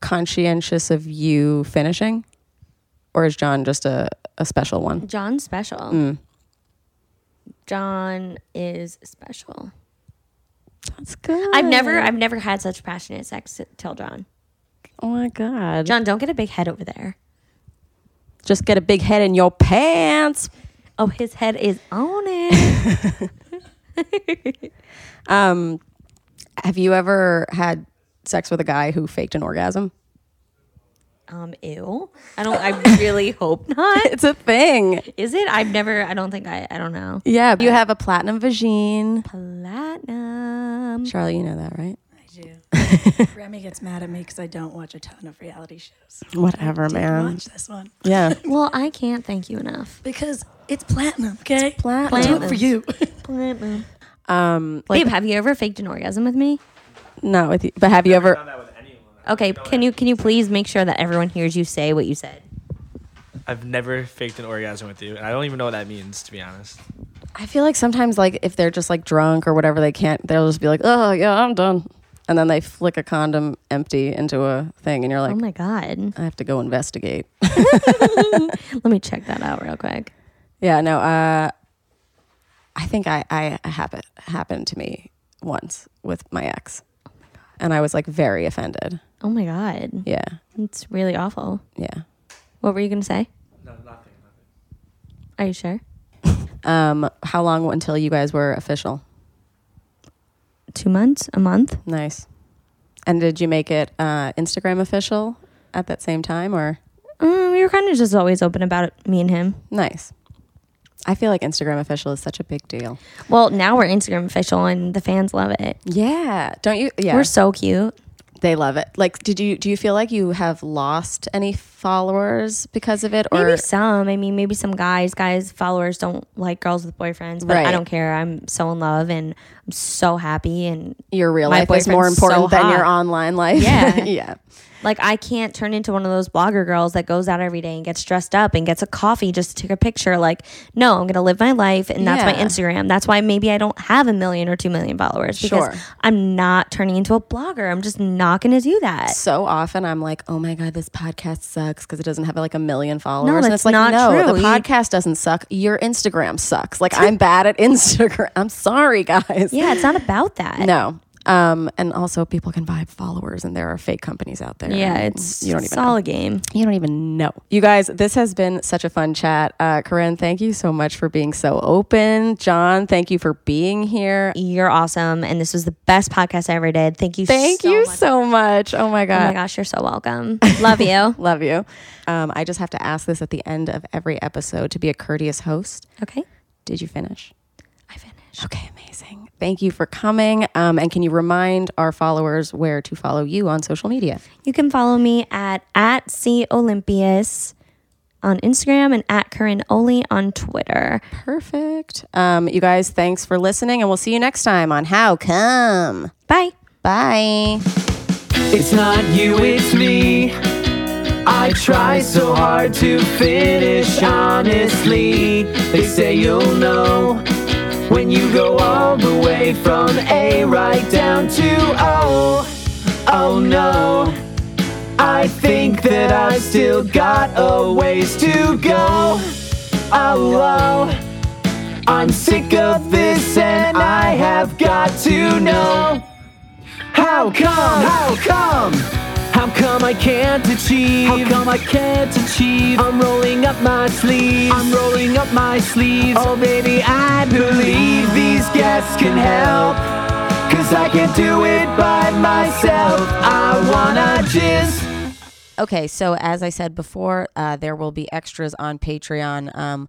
[SPEAKER 1] conscientious of you finishing, or is John just a, a special one?
[SPEAKER 3] John special. John is special.
[SPEAKER 1] That's good.
[SPEAKER 3] I've never I've never had such passionate sex till John.
[SPEAKER 1] Oh my god.
[SPEAKER 3] John, don't get a big head over there.
[SPEAKER 1] Just get a big head in your pants.
[SPEAKER 3] Oh, his head is on [laughs] it.
[SPEAKER 1] Um, have you ever had sex with a guy who faked an orgasm?
[SPEAKER 3] um, ew. I don't. I really [laughs] hope not.
[SPEAKER 1] It's a thing.
[SPEAKER 3] Is it? I've never. I don't think I. I don't know.
[SPEAKER 1] Yeah. You have a platinum vagine.
[SPEAKER 3] Platinum.
[SPEAKER 1] Charlie, you know that, right?
[SPEAKER 4] Remy gets mad at me because I don't watch a ton of reality shows.
[SPEAKER 1] Whatever,
[SPEAKER 4] Didn't
[SPEAKER 1] man.
[SPEAKER 4] watch this one
[SPEAKER 1] Yeah.
[SPEAKER 3] Well, I can't thank you enough.
[SPEAKER 4] because it's platinum. Okay,
[SPEAKER 1] [laughs] platinum.
[SPEAKER 4] Do it for you.
[SPEAKER 3] Platinum.
[SPEAKER 1] Um,
[SPEAKER 3] Babe, have you ever faked an orgasm with me?
[SPEAKER 1] not with you, but have you ever?
[SPEAKER 3] Okay, can you can you please make sure that everyone hears you say what you said?
[SPEAKER 5] I've never faked an orgasm with you, and I don't even know what that means, to be honest.
[SPEAKER 1] I feel like sometimes, like if they're just like drunk or whatever, they can't. They'll just be like, "Oh yeah, I'm done," and then they flick a condom empty into a thing, and you're like,
[SPEAKER 3] Oh my god.
[SPEAKER 1] "I have to go investigate."
[SPEAKER 3] Let me check that out real quick.
[SPEAKER 1] yeah. No. Uh, I think I I happen happened to me once with my ex, and I was like very offended.
[SPEAKER 3] Oh my god.
[SPEAKER 1] Yeah.
[SPEAKER 3] It's really awful.
[SPEAKER 1] Yeah.
[SPEAKER 3] What were you going to say?
[SPEAKER 5] No, nothing.
[SPEAKER 3] Are you sure?
[SPEAKER 1] Um, how long until you guys were official?
[SPEAKER 3] 2 months? A month?
[SPEAKER 1] Nice. And did you make it uh, Instagram official at that same time or?
[SPEAKER 3] Uh, we were kind of just always open about it, me and him.
[SPEAKER 1] Nice. I feel like Instagram official is such a big deal.
[SPEAKER 3] Well, now we're Instagram official and the fans love it.
[SPEAKER 1] Yeah. Don't you? Yeah.
[SPEAKER 3] We're so cute.
[SPEAKER 1] they love it. Like, did you, do you feel like you have lost any followers because of it or?
[SPEAKER 3] maybe some. I mean, maybe some guys, guys followers don't like girls with boyfriends, but
[SPEAKER 1] Right.
[SPEAKER 3] I don't care. I'm so in love and I'm so happy and
[SPEAKER 1] Your real
[SPEAKER 3] My
[SPEAKER 1] life is more
[SPEAKER 3] boyfriend's so
[SPEAKER 1] important than your
[SPEAKER 3] hot.
[SPEAKER 1] online life.
[SPEAKER 3] Yeah.
[SPEAKER 1] [laughs] yeah.
[SPEAKER 3] like I can't turn into one of those blogger girls that goes out every day and gets dressed up and gets a coffee just to take a picture. Like, no, I'm gonna live my life and that's my
[SPEAKER 1] Yeah.
[SPEAKER 3] Instagram. That's why maybe I don't have a million or two million followers because
[SPEAKER 1] Sure.
[SPEAKER 3] I'm not turning into a blogger. I'm just not gonna do that.
[SPEAKER 1] So often I'm like, oh my God, this podcast sucks because it doesn't have like a million followers. and
[SPEAKER 3] that's
[SPEAKER 1] it's like,
[SPEAKER 3] not
[SPEAKER 1] no,
[SPEAKER 3] true.
[SPEAKER 1] the
[SPEAKER 3] You-
[SPEAKER 1] podcast doesn't suck. Your Instagram sucks. Like, [laughs] I'm bad at Instagram. I'm sorry, guys.
[SPEAKER 3] Yeah, it's not about that.
[SPEAKER 1] No. Um, and also, people can buy followers, and there are fake companies out there.
[SPEAKER 3] Yeah,
[SPEAKER 1] And
[SPEAKER 3] it's
[SPEAKER 1] you don't even know.
[SPEAKER 3] solid game.
[SPEAKER 1] you don't even know. You guys, this has been such a fun chat. Uh, Corinne, thank you so much for being so open. John, thank you for being here.
[SPEAKER 3] You're awesome, and this was the best podcast I ever did. Thank you.
[SPEAKER 1] Thank
[SPEAKER 3] so
[SPEAKER 1] you
[SPEAKER 3] much.
[SPEAKER 1] so much. Oh my
[SPEAKER 3] Oh
[SPEAKER 1] god.
[SPEAKER 3] my gosh, you're so welcome.
[SPEAKER 1] [laughs]
[SPEAKER 3] Love you.
[SPEAKER 1] Love you. Um, I just have to ask this at the end of every episode to be a courteous host.
[SPEAKER 3] Okay,
[SPEAKER 1] Did you finish?
[SPEAKER 3] I finished.
[SPEAKER 4] [laughs]
[SPEAKER 1] Okay, amazing. Thank you for coming. Um, and can you remind our followers where to follow you on social media?
[SPEAKER 3] You can follow me at at C Olympias on Instagram and at Corinne Oli on Twitter.
[SPEAKER 1] Perfect. Um, you guys, thanks for listening, and we'll see you next time on How Come.
[SPEAKER 3] Bye.
[SPEAKER 1] Bye.
[SPEAKER 2] It's not you, it's me. I try so hard to finish honestly. They say you'll know when you go all the way from A right down to O. Oh no, I think that I've still got a ways to go. Oh, oh. I'm sick of this and I have got to know. How come? How come? How come I can't achieve? How come I can't achieve? I'm rolling up my sleeves. I'm rolling up my sleeves. Oh baby, I believe these guests can help. Cause I can't do it by myself. I wanna just
[SPEAKER 1] Okay, so as I said before, uh, there will be extras on Patreon. Um,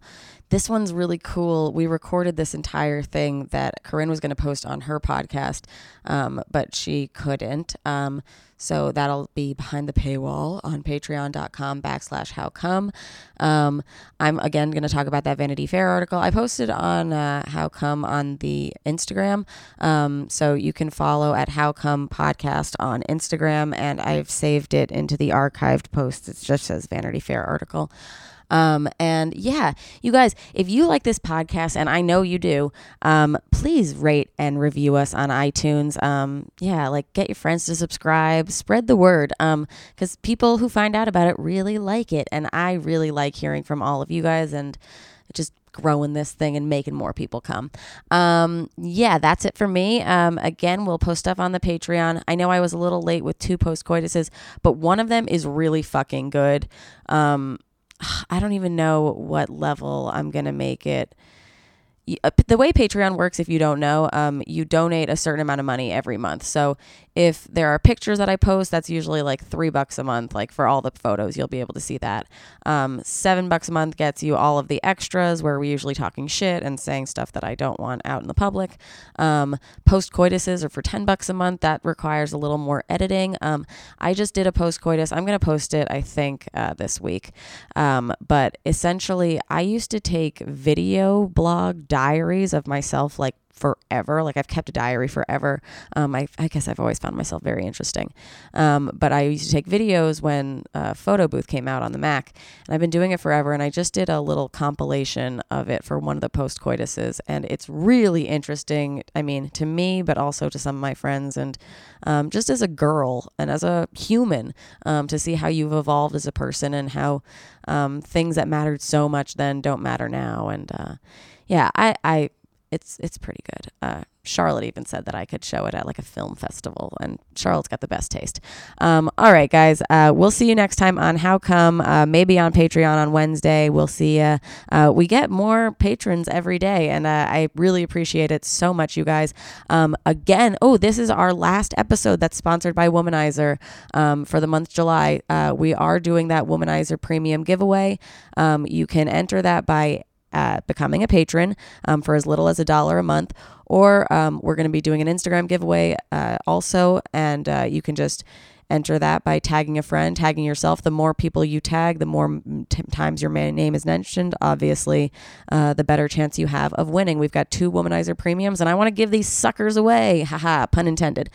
[SPEAKER 1] this one's really cool. We recorded this entire thing that Corinne was going to post on her podcast, um, but she couldn't. Um, so that'll be behind the paywall on patreon.com backslash how come. Um, I'm again going to talk about that Vanity Fair article I posted on uh, how come on the Instagram. Um, so you can follow at how come podcast on Instagram, and I've saved it into the archived post. It just says Vanity Fair article. Um, and yeah, you guys, if you like this podcast, and I know you do, um, please rate and review us on iTunes. Um, yeah, like get your friends to subscribe, spread the word, because people who find out about it really like it, and I really like hearing from all of you guys, and it just growing this thing and making more people come. Um, yeah, that's it for me. Um, again, we'll post stuff on the Patreon. I know I was a little late with two post coituses, but one of them is really fucking good. Um, [sighs] I don't even know what level I'm going to make it y- uh, p- the way Patreon works, if you don't know, um, you donate a certain amount of money every month. So if there are pictures that I post, that's usually like three bucks a month. Like for all the photos, you'll be able to see that. Um, seven bucks a month gets you all of the extras where we're usually talking shit and saying stuff that I don't want out in the public. Um, post coituses are for 10 bucks a month. That requires a little more editing. Um, I just did a post coitus. I'm going to post it, I think, uh, this week. Um, but essentially, I used to take video blog diaries of myself like forever. Like I've kept a diary forever. Um, I, I guess I've always found myself very interesting. Um, but I used to take videos when uh, Photo Booth came out on the Mac, and I've been doing it forever. And I just did a little compilation of it for one of the post coituses, and it's really interesting. I mean, to me, but also to some of my friends, and um, just as a girl and as a human, um, to see how you've evolved as a person and how um, things that mattered so much then don't matter now. And uh, yeah, I, I it's it's pretty good. Uh, Charlotte even said that I could show it at like a film festival, and Charlotte's got the best taste. Um, all right, guys, uh, we'll see you next time on How Come. Uh, maybe on Patreon on Wednesday. We'll see ya. Uh, we get more patrons every day, and uh, I really appreciate it so much, you guys. Um, again, oh, this is our last episode that's sponsored by Womanizer um, for the month July. Uh, we are doing that Womanizer Premium giveaway. Um, you can enter that by uh, becoming a patron um, for as little as a dollar a month. Or um, we're going to be doing an Instagram giveaway uh, also, and uh, you can just enter that by tagging a friend, tagging yourself. The more people you tag, the more mm, t- times your ma- name is mentioned, obviously, uh, the better chance you have of winning. We've got two Womanizer premiums, and I want to give these suckers away. Haha, pun intended.